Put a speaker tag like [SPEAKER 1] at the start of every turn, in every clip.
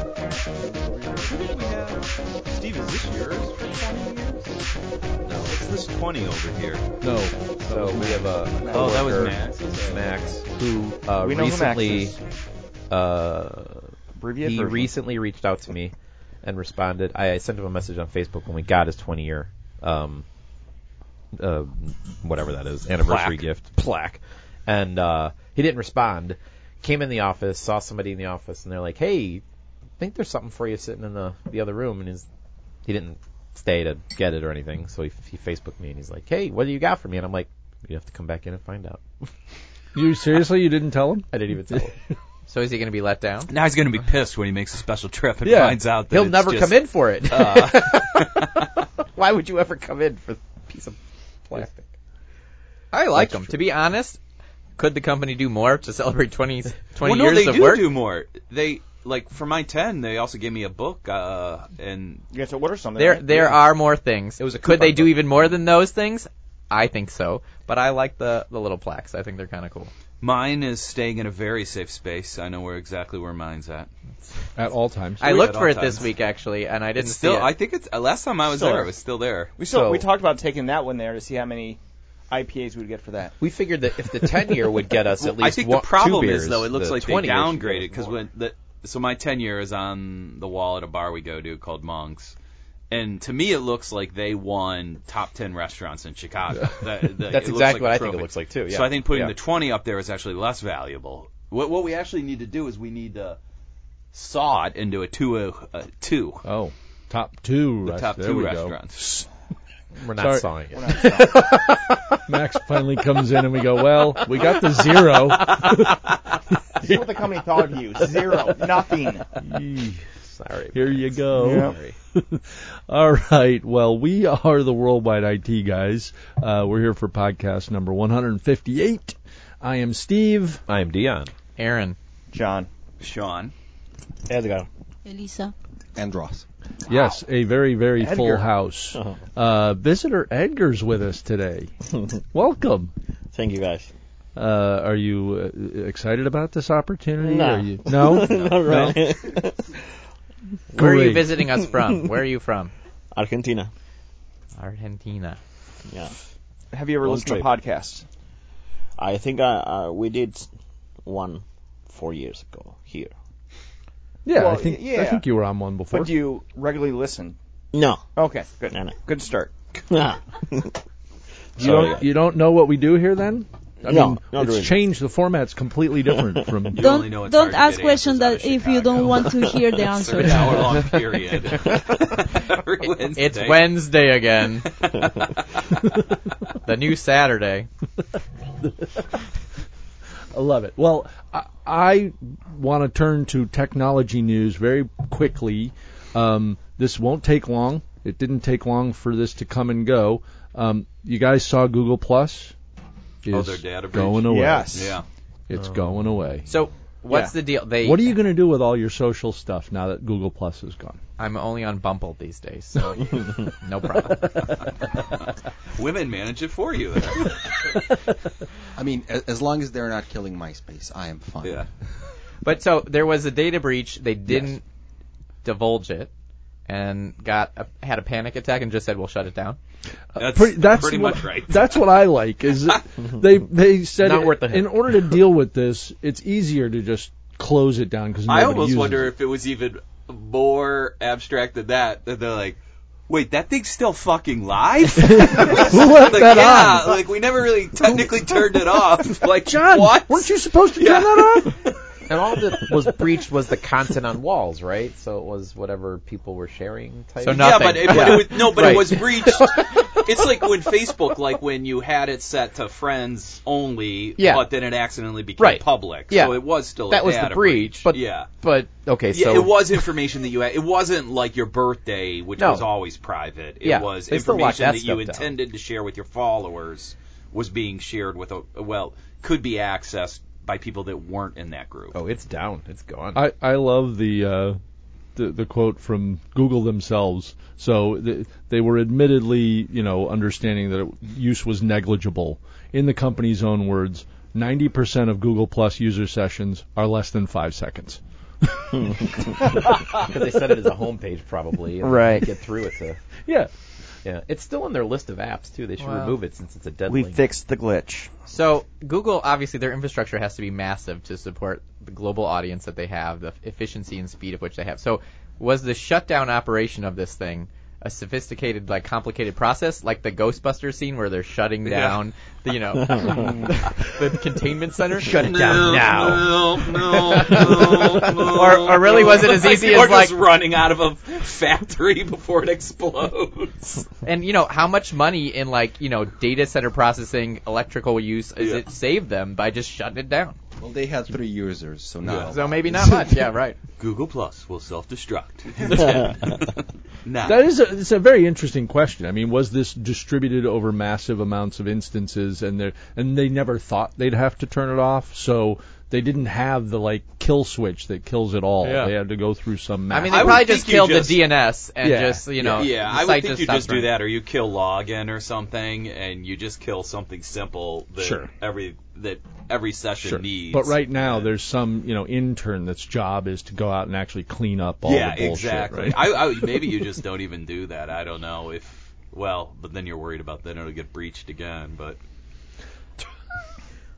[SPEAKER 1] Who did we have? Steve, is this yours for 20 years?
[SPEAKER 2] No.
[SPEAKER 1] What's this 20 over here?
[SPEAKER 2] No. So we have a. a
[SPEAKER 1] Oh, that was
[SPEAKER 2] coworker,
[SPEAKER 1] Max. Okay.
[SPEAKER 2] Max, who uh,
[SPEAKER 3] We know who Max
[SPEAKER 2] recently.
[SPEAKER 3] is.
[SPEAKER 2] uh,
[SPEAKER 3] Abbreviate
[SPEAKER 2] he
[SPEAKER 3] version.
[SPEAKER 2] recently reached out to me and responded. I, I sent him a message on Facebook when we got his 20 year, um, uh, whatever that is, anniversary
[SPEAKER 3] Plaque.
[SPEAKER 2] gift plaque, and uh, he didn't respond. Came in the office, saw somebody in the office, and they're like, "Hey, I think there's something for you sitting in the the other room." And he's he didn't stay to get it or anything, so he, he Facebooked me and he's like, "Hey, what do you got for me?" And I'm like, "You have to come back in and find out."
[SPEAKER 4] You seriously? You didn't tell him?
[SPEAKER 2] I didn't even tell him.
[SPEAKER 5] So is he going to be let down?
[SPEAKER 6] Now he's going to be pissed when he makes a special trip and
[SPEAKER 4] Yeah.
[SPEAKER 6] finds out that
[SPEAKER 2] He'll
[SPEAKER 6] it's
[SPEAKER 2] never
[SPEAKER 6] just- uh,
[SPEAKER 2] come in for it. Why would you ever come in for a piece of plastic?
[SPEAKER 5] I like him. To be honest, could the company do more to celebrate 20, 20
[SPEAKER 6] well, no,
[SPEAKER 5] years
[SPEAKER 6] they
[SPEAKER 5] of
[SPEAKER 6] do
[SPEAKER 5] work?
[SPEAKER 6] do more. They like for my 10, they also gave me a book uh, and
[SPEAKER 3] You have to order something.
[SPEAKER 5] There,
[SPEAKER 3] right?
[SPEAKER 5] there are more things. It was
[SPEAKER 3] a
[SPEAKER 5] could they
[SPEAKER 3] coupon
[SPEAKER 5] do
[SPEAKER 3] book.
[SPEAKER 5] even more than those things? I think so. But I like the the little plaques. I think they're kind of cool.
[SPEAKER 6] mine is staying in a very safe space. I know where exactly where mine's at.
[SPEAKER 4] At all times.
[SPEAKER 5] I looked
[SPEAKER 6] at
[SPEAKER 5] for
[SPEAKER 6] all
[SPEAKER 5] it this
[SPEAKER 6] times.
[SPEAKER 5] week actually, and I didn't
[SPEAKER 6] It's still
[SPEAKER 5] see it.
[SPEAKER 6] I think it's uh, last time I was
[SPEAKER 3] Still
[SPEAKER 6] there,
[SPEAKER 3] there.
[SPEAKER 6] it was still there.
[SPEAKER 3] We still
[SPEAKER 2] So-
[SPEAKER 3] we talked about taking that one there to see how many IPAs we'd get for that.
[SPEAKER 2] We figured that if the ten year would get us at
[SPEAKER 6] Well,
[SPEAKER 2] least
[SPEAKER 6] I think
[SPEAKER 2] one,
[SPEAKER 6] the problem
[SPEAKER 2] two beers,
[SPEAKER 6] is though it looks
[SPEAKER 2] the
[SPEAKER 6] like they
[SPEAKER 2] 20 years should
[SPEAKER 6] downgraded
[SPEAKER 2] get us
[SPEAKER 6] because
[SPEAKER 2] more.
[SPEAKER 6] when the so my tenure is on the wall at a bar we go to called Monks, and to me it looks like they won top ten restaurants in Chicago. The- the-
[SPEAKER 2] that's
[SPEAKER 6] it looks like
[SPEAKER 2] exactly what
[SPEAKER 6] a
[SPEAKER 2] I think it
[SPEAKER 6] trophy.
[SPEAKER 2] looks like too. Yeah.
[SPEAKER 6] So I think putting
[SPEAKER 2] Yeah.
[SPEAKER 6] the 20 up there is actually less valuable. What what we actually need to do is we need to saw it into a two uh, uh, two
[SPEAKER 4] Oh, top two.
[SPEAKER 6] the
[SPEAKER 4] rest-
[SPEAKER 6] top
[SPEAKER 4] there
[SPEAKER 6] two
[SPEAKER 4] we go.
[SPEAKER 6] restaurants.
[SPEAKER 2] we're
[SPEAKER 4] Sorry.
[SPEAKER 2] not sawing it.
[SPEAKER 4] Max finally comes in and we go, well, we got the zero.
[SPEAKER 3] See what the company thought of you. Zero, nothing.
[SPEAKER 4] Yee,
[SPEAKER 2] Sorry.
[SPEAKER 4] Here you go.
[SPEAKER 2] Sorry.
[SPEAKER 4] All right. Well, we are the Worldwide IT guys. Uh, we're here for podcast number 158. I am Steve.
[SPEAKER 2] I am Dion.
[SPEAKER 5] Aaron,
[SPEAKER 3] John.
[SPEAKER 6] Sean,
[SPEAKER 3] Edgar.
[SPEAKER 7] Elisa.
[SPEAKER 8] Andros.
[SPEAKER 4] Yes, a very, very full
[SPEAKER 3] Edgar.
[SPEAKER 4] house. Uh, visitor Edgar's with us today. Welcome.
[SPEAKER 9] Thank you guys.
[SPEAKER 4] Uh, are you uh, excited about this opportunity?
[SPEAKER 9] No.
[SPEAKER 4] Are you, no?
[SPEAKER 9] All right.
[SPEAKER 5] where are you
[SPEAKER 4] Great.
[SPEAKER 5] visiting us from? Where are you from?
[SPEAKER 9] Argentina.
[SPEAKER 5] Argentina.
[SPEAKER 9] Yeah.
[SPEAKER 3] Have you ever
[SPEAKER 9] Long
[SPEAKER 3] listened to
[SPEAKER 9] trip.
[SPEAKER 3] podcasts?
[SPEAKER 9] I think uh, uh, we did one four years ago here.
[SPEAKER 4] Yeah, I
[SPEAKER 3] Well,
[SPEAKER 4] think I
[SPEAKER 3] yeah.
[SPEAKER 4] think you were on one before.
[SPEAKER 3] But do you regularly listen?
[SPEAKER 9] No.
[SPEAKER 3] Okay, good.
[SPEAKER 9] No, no.
[SPEAKER 3] Good start.
[SPEAKER 4] You don't, you don't know what we do here then? I
[SPEAKER 9] No,
[SPEAKER 4] mean,
[SPEAKER 9] not
[SPEAKER 4] it's
[SPEAKER 9] really.
[SPEAKER 4] changed. The format's completely different from.
[SPEAKER 6] You only
[SPEAKER 7] Don't
[SPEAKER 6] know it's hard
[SPEAKER 7] don't
[SPEAKER 6] to get
[SPEAKER 7] ask questions
[SPEAKER 6] answers out
[SPEAKER 7] that
[SPEAKER 6] of
[SPEAKER 7] if you don't
[SPEAKER 6] Chicago.
[SPEAKER 7] want to hear the
[SPEAKER 6] It's an
[SPEAKER 7] answers.
[SPEAKER 6] hour long period. Every Wednesday.
[SPEAKER 5] It's Wednesday again. the new Saturday.
[SPEAKER 4] I love it. Well, I, I want to turn to technology news very quickly. Um, this won't take long. It didn't take long for this to come and go. Um, you guys saw Google Plus is
[SPEAKER 6] Oh, their data breach.
[SPEAKER 4] going away.
[SPEAKER 3] Yes.
[SPEAKER 6] Yeah.
[SPEAKER 4] it's
[SPEAKER 6] Oh.
[SPEAKER 4] going away.
[SPEAKER 5] So what's the deal? They
[SPEAKER 4] What are you going to do with all your social stuff now that Google Plus is gone?
[SPEAKER 5] I'm only on Bumble these days, so no problem.
[SPEAKER 6] Women manage it for you. There.
[SPEAKER 8] I mean, a- as long as they're not killing MySpace, I am fine.
[SPEAKER 6] yeah.
[SPEAKER 5] But so there was a data breach. They didn't divulge it, and got a, had a panic attack and just said we'll shut it down.
[SPEAKER 6] That's
[SPEAKER 4] pretty, that's
[SPEAKER 6] pretty
[SPEAKER 4] what,
[SPEAKER 6] much right.
[SPEAKER 4] That's what I like. Is that they they said
[SPEAKER 2] Not
[SPEAKER 4] it-
[SPEAKER 2] worth the hit.
[SPEAKER 4] in order to deal with this, it's easier to just close it down because
[SPEAKER 6] I almost wonder
[SPEAKER 4] It.
[SPEAKER 6] if it was even more abstract than that. That they're like, wait, that thing's still fucking live.
[SPEAKER 4] Who left
[SPEAKER 6] like,
[SPEAKER 4] that
[SPEAKER 6] yeah,
[SPEAKER 4] on?
[SPEAKER 6] like we never really technically turned it off. Like,
[SPEAKER 4] John,
[SPEAKER 6] what?
[SPEAKER 4] weren't you supposed to turn that off?
[SPEAKER 2] And all that was breached was the content on walls, right? So it was whatever people were sharing. Type.
[SPEAKER 5] So
[SPEAKER 6] Yeah,
[SPEAKER 5] nothing.
[SPEAKER 6] but it, but it was no, but it was breached. it's like when Facebook, like when you had it set to friends only,
[SPEAKER 2] Yeah.
[SPEAKER 6] but then it accidentally became
[SPEAKER 2] Right.
[SPEAKER 6] public.
[SPEAKER 2] Yeah.
[SPEAKER 6] So it was still a
[SPEAKER 2] that was the
[SPEAKER 6] data
[SPEAKER 2] breach,
[SPEAKER 6] breach.
[SPEAKER 2] but
[SPEAKER 6] yeah.
[SPEAKER 2] but okay,
[SPEAKER 6] Yeah,
[SPEAKER 2] so
[SPEAKER 6] it was information that you had. It wasn't like your birthday, which
[SPEAKER 2] No.
[SPEAKER 6] was always private. It
[SPEAKER 2] Yeah,
[SPEAKER 6] was
[SPEAKER 2] they still locked
[SPEAKER 6] information
[SPEAKER 2] that
[SPEAKER 6] that, you
[SPEAKER 2] stuff down.
[SPEAKER 6] intended to share with your followers was being shared with a well, could be
[SPEAKER 5] Oh,
[SPEAKER 6] accessed by people that weren't in that group.
[SPEAKER 2] oh, it's down, it's gone.
[SPEAKER 4] I I love the uh, the, the quote from Google themselves. So th they were admittedly, you know, understanding that it, use was negligible. In the company's own words, 90% of Google Plus user sessions are less than five seconds.
[SPEAKER 2] because they set it as a homepage probably. And
[SPEAKER 9] Right.
[SPEAKER 2] Get through it to.
[SPEAKER 4] Yeah.
[SPEAKER 2] Yeah, it's still in their list of apps too. They should
[SPEAKER 5] Wow.
[SPEAKER 2] remove it since it's a dead
[SPEAKER 9] We
[SPEAKER 2] link.
[SPEAKER 9] fixed the glitch.
[SPEAKER 5] So Google, obviously, their infrastructure has to be massive to support the global audience that they have, the efficiency and speed of which they have. So, was the shutdown operation of this thing a sophisticated, like complicated process, like the Ghostbusters scene where they're shutting down, the, you know, the, containment center? Shut it
[SPEAKER 2] down now.
[SPEAKER 6] No, no, no, no.
[SPEAKER 5] Or- or really was it as easy
[SPEAKER 6] or
[SPEAKER 5] as, like-
[SPEAKER 6] just running out of a factory before it explodes?
[SPEAKER 5] And you know how much money in like you know data center processing, electrical use is
[SPEAKER 6] Yeah.
[SPEAKER 5] it saved them by just shutting it down?
[SPEAKER 8] Well, they had three users, so now.
[SPEAKER 5] So maybe not much. Yeah, right.
[SPEAKER 6] Google Plus will self-destruct.
[SPEAKER 4] That is a, it's a very interesting question. I mean, was this distributed over massive amounts of instances, and they and they never thought they'd have to turn it off, so they didn't have the like kill switch that kills it all.
[SPEAKER 5] Yeah.
[SPEAKER 4] They had to go through some.
[SPEAKER 5] I
[SPEAKER 4] Mass.
[SPEAKER 5] mean, they
[SPEAKER 6] I would
[SPEAKER 5] probably
[SPEAKER 6] think
[SPEAKER 5] just
[SPEAKER 6] you
[SPEAKER 5] killed
[SPEAKER 6] just-
[SPEAKER 5] the DNS and
[SPEAKER 4] Yeah.
[SPEAKER 5] just you know
[SPEAKER 6] yeah,
[SPEAKER 5] the
[SPEAKER 6] I would
[SPEAKER 5] site
[SPEAKER 6] think
[SPEAKER 5] just
[SPEAKER 6] you just
[SPEAKER 5] stopped
[SPEAKER 6] do
[SPEAKER 5] running.
[SPEAKER 6] that, or you kill login or something, and you just kill something simple that
[SPEAKER 4] Sure.
[SPEAKER 6] every that every session
[SPEAKER 4] Sure.
[SPEAKER 6] needs.
[SPEAKER 4] But right now, there's some you know intern that's job is to go out and actually clean up all
[SPEAKER 6] yeah,
[SPEAKER 4] the bullshit.
[SPEAKER 6] exactly.
[SPEAKER 4] right?
[SPEAKER 6] I, I maybe you just don't even do that. I don't know if well, but then you're worried about then it'll get breached again. But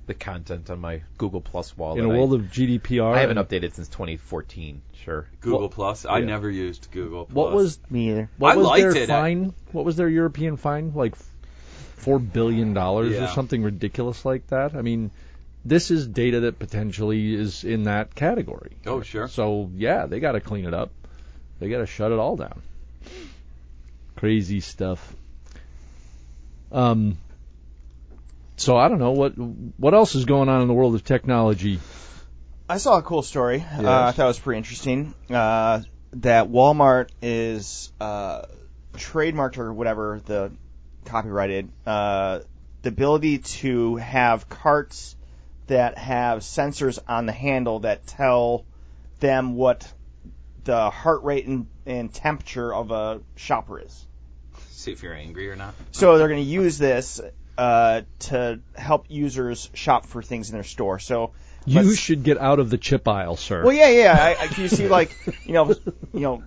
[SPEAKER 2] The content on my Google Plus wall.
[SPEAKER 4] In a
[SPEAKER 2] that I-
[SPEAKER 4] world of GDPR,
[SPEAKER 2] I haven't
[SPEAKER 4] and-
[SPEAKER 2] updated since 2014. Sure.
[SPEAKER 6] Google
[SPEAKER 4] Well,
[SPEAKER 6] Plus, I
[SPEAKER 4] yeah.
[SPEAKER 6] never used Google. Plus.
[SPEAKER 4] What was
[SPEAKER 9] Me either.
[SPEAKER 4] what
[SPEAKER 6] I
[SPEAKER 4] was
[SPEAKER 6] liked
[SPEAKER 4] their
[SPEAKER 6] it. I-
[SPEAKER 4] fine? What was their European fine? Like f- four billion dollars
[SPEAKER 6] Yeah.
[SPEAKER 4] or something ridiculous like that. I mean, this is data that potentially is in that category.
[SPEAKER 6] Oh, sure.
[SPEAKER 4] So yeah, they got to clean it up. They got to shut it all down. Crazy stuff. Um. So I don't know what what else is going on in the world of technology.
[SPEAKER 3] I saw a cool story. Uh, I thought it was pretty interesting. Uh, that Walmart is uh, trademarked or whatever the copyrighted uh, the ability to have carts that have sensors on the handle that tell them what the heart rate and, and temperature of a shopper is.
[SPEAKER 6] see if you're angry or not.
[SPEAKER 3] So they're going to use this uh, to help users shop for things in their store. So
[SPEAKER 4] You
[SPEAKER 3] let's-
[SPEAKER 4] should get out of the chip aisle, sir.
[SPEAKER 3] well, yeah, yeah. I, I, you see, like, you know, you know,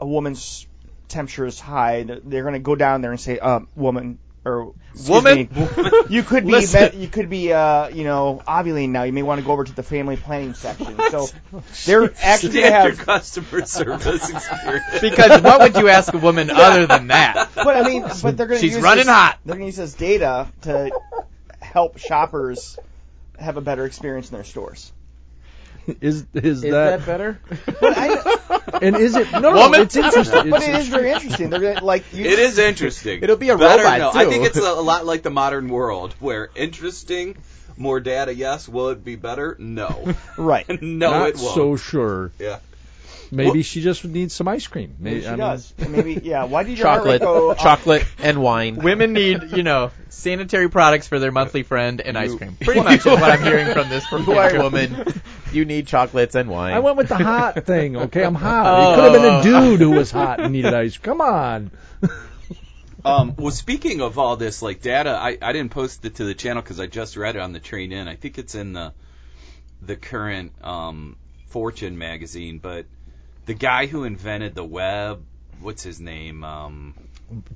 [SPEAKER 3] a woman's temperature is high. They're, they're going to go down there and say, uh, "Woman," or excuse
[SPEAKER 5] Woman?
[SPEAKER 3] me, you could be, met, you could be, uh, you know, ovulating now. You may want to go over to the family planning section. So they're actually going to
[SPEAKER 6] Stand your
[SPEAKER 3] have.
[SPEAKER 6] customer service experience.
[SPEAKER 5] Because what would you ask a woman other than that?
[SPEAKER 3] But I mean, but they're going to.
[SPEAKER 5] She's
[SPEAKER 3] use
[SPEAKER 5] running
[SPEAKER 3] this,
[SPEAKER 5] hot.
[SPEAKER 3] They're going to use this data to help shoppers have a better experience in their stores.
[SPEAKER 4] Is is,
[SPEAKER 2] Is that, better?
[SPEAKER 3] But I,
[SPEAKER 4] And is it no?
[SPEAKER 5] Woman?
[SPEAKER 4] It's interesting.
[SPEAKER 3] but
[SPEAKER 4] It's,
[SPEAKER 3] it is very interesting. They're gonna, like you,
[SPEAKER 6] It is interesting.
[SPEAKER 2] It'll be a
[SPEAKER 6] Better
[SPEAKER 2] robot,
[SPEAKER 6] no. I
[SPEAKER 2] too.
[SPEAKER 6] think it's a, a lot like the modern world, where interesting, more data. Yes, will it be better? No,
[SPEAKER 3] right.
[SPEAKER 6] no,
[SPEAKER 4] not
[SPEAKER 6] it won't.
[SPEAKER 4] so sure.
[SPEAKER 6] Yeah.
[SPEAKER 4] Maybe
[SPEAKER 6] Well-
[SPEAKER 4] she just needs some ice cream.
[SPEAKER 3] Maybe
[SPEAKER 4] Maybe,
[SPEAKER 3] she
[SPEAKER 4] I mean,
[SPEAKER 3] does. Maybe yeah. Why did your heart rate
[SPEAKER 2] chocolate,
[SPEAKER 3] go up?
[SPEAKER 2] chocolate, and wine.
[SPEAKER 5] Women need, you know, sanitary products for their monthly friend and ice cream. Pretty much is what I'm hearing from this
[SPEAKER 2] You are a
[SPEAKER 5] particular woman.
[SPEAKER 2] woman. You need chocolates and wine.
[SPEAKER 4] I went with the hot thing. Okay, I'm hot. it
[SPEAKER 5] Oh,
[SPEAKER 4] could have been a
[SPEAKER 5] oh,
[SPEAKER 4] dude who was hot and needed ice. Come on.
[SPEAKER 6] Um, well, speaking of all this, like data, I, I didn't post it to the channel because I just read it on the train in. I think it's in the the current um, Fortune magazine, but the guy who invented the web, what's his name? Um,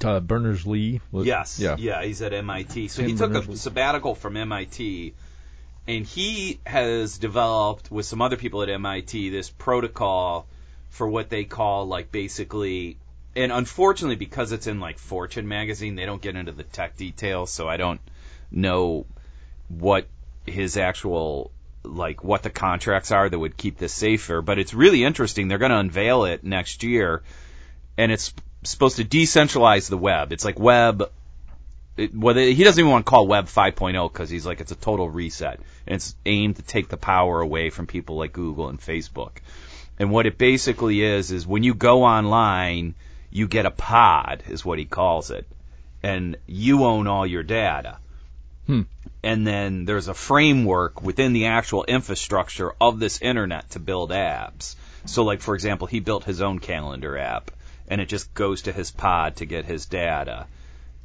[SPEAKER 4] Uh, Berners Lee. Was,
[SPEAKER 6] Yes.
[SPEAKER 4] Yeah.
[SPEAKER 6] Yeah. He's at MIT. So he
[SPEAKER 4] Tim
[SPEAKER 6] took a
[SPEAKER 4] Berners-Lee.
[SPEAKER 6] sabbatical from MIT, and he has developed with some other people at MIT this protocol for what they call like basically. And unfortunately, because it's in like Fortune magazine, they don't get into the tech details, so I don't know what his actual like what the contracts are that would keep this safer. But it's really interesting. They're going to unveil it next year, and it's supposed to decentralize the web. It's like web it, well, they, he doesn't even want to call Web 5.0 because oh he's like it's a total reset and it's aimed to take the power away from people like Google and Facebook. And what it basically is is when you go online, you get a pod, is what he calls it, and you own all your data.
[SPEAKER 4] Hmm.
[SPEAKER 6] And then there's a framework within the actual infrastructure of this internet to build apps. So, like for example, he built his own calendar app, and it just goes to his pod to get his data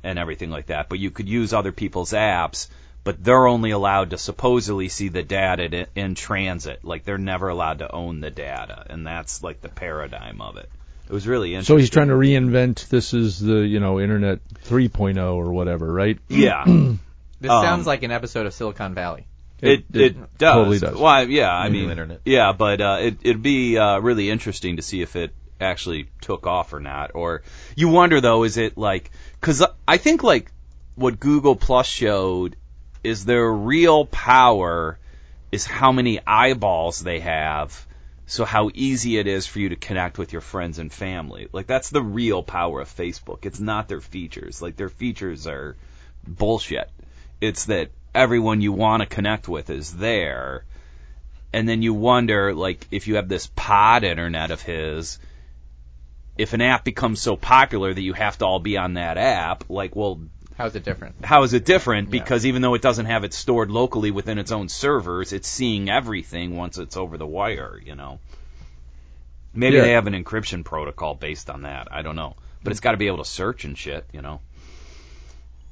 [SPEAKER 6] and everything like that. But you could use other people's apps, but they're only allowed to supposedly see the data in, in transit. Like they're never allowed to own the data, and that's like the paradigm of it. It was really interesting.
[SPEAKER 4] So he's trying to reinvent. This is the you know internet 3.0 or whatever, right?
[SPEAKER 6] yeah.
[SPEAKER 5] This
[SPEAKER 6] Um,
[SPEAKER 5] sounds like an episode of Silicon Valley.
[SPEAKER 6] It, it, does.
[SPEAKER 4] totally does.
[SPEAKER 6] Well, yeah, I mean,
[SPEAKER 2] internet.
[SPEAKER 6] yeah, but uh, it, it'd be uh, really interesting to see if it actually took off or not. Or you wonder though, is it like? Because I think like what Google Plus showed is their real power is how many eyeballs they have. So how easy it is for you to connect with your friends and family. Like that's the real power of Facebook. It's not their features. Like their features are bullshit. It's that everyone you want to connect with is there. And then you wonder, like, if you have this pod internet of his, if an app becomes so popular that you have to all be on that app, like, well,
[SPEAKER 5] How's it different?
[SPEAKER 6] how is it different? Because even though it doesn't have it stored locally within its own servers, it's seeing everything once it's over the wire, you know? Maybe
[SPEAKER 4] Yeah.
[SPEAKER 6] they have an encryption protocol based on that. I don't know. But it's got to be able to search and shit, you know?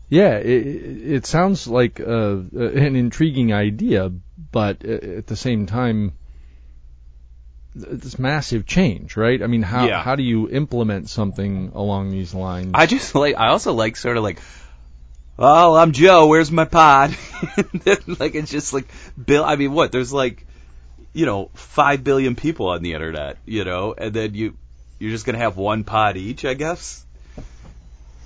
[SPEAKER 4] Yeah, it, it sounds like uh, an intriguing idea, but at the same time, th- this massive change, right? I mean, how
[SPEAKER 6] Yeah.
[SPEAKER 4] how do you implement something along these lines?
[SPEAKER 6] I just like. I also like sort of like. Well, I'm Joe. Where's my pod? And then, like it's just like Bill. I mean, what? There's like, you know, five billion people on the internet. You know, and then you you're just gonna have one pod each, I guess.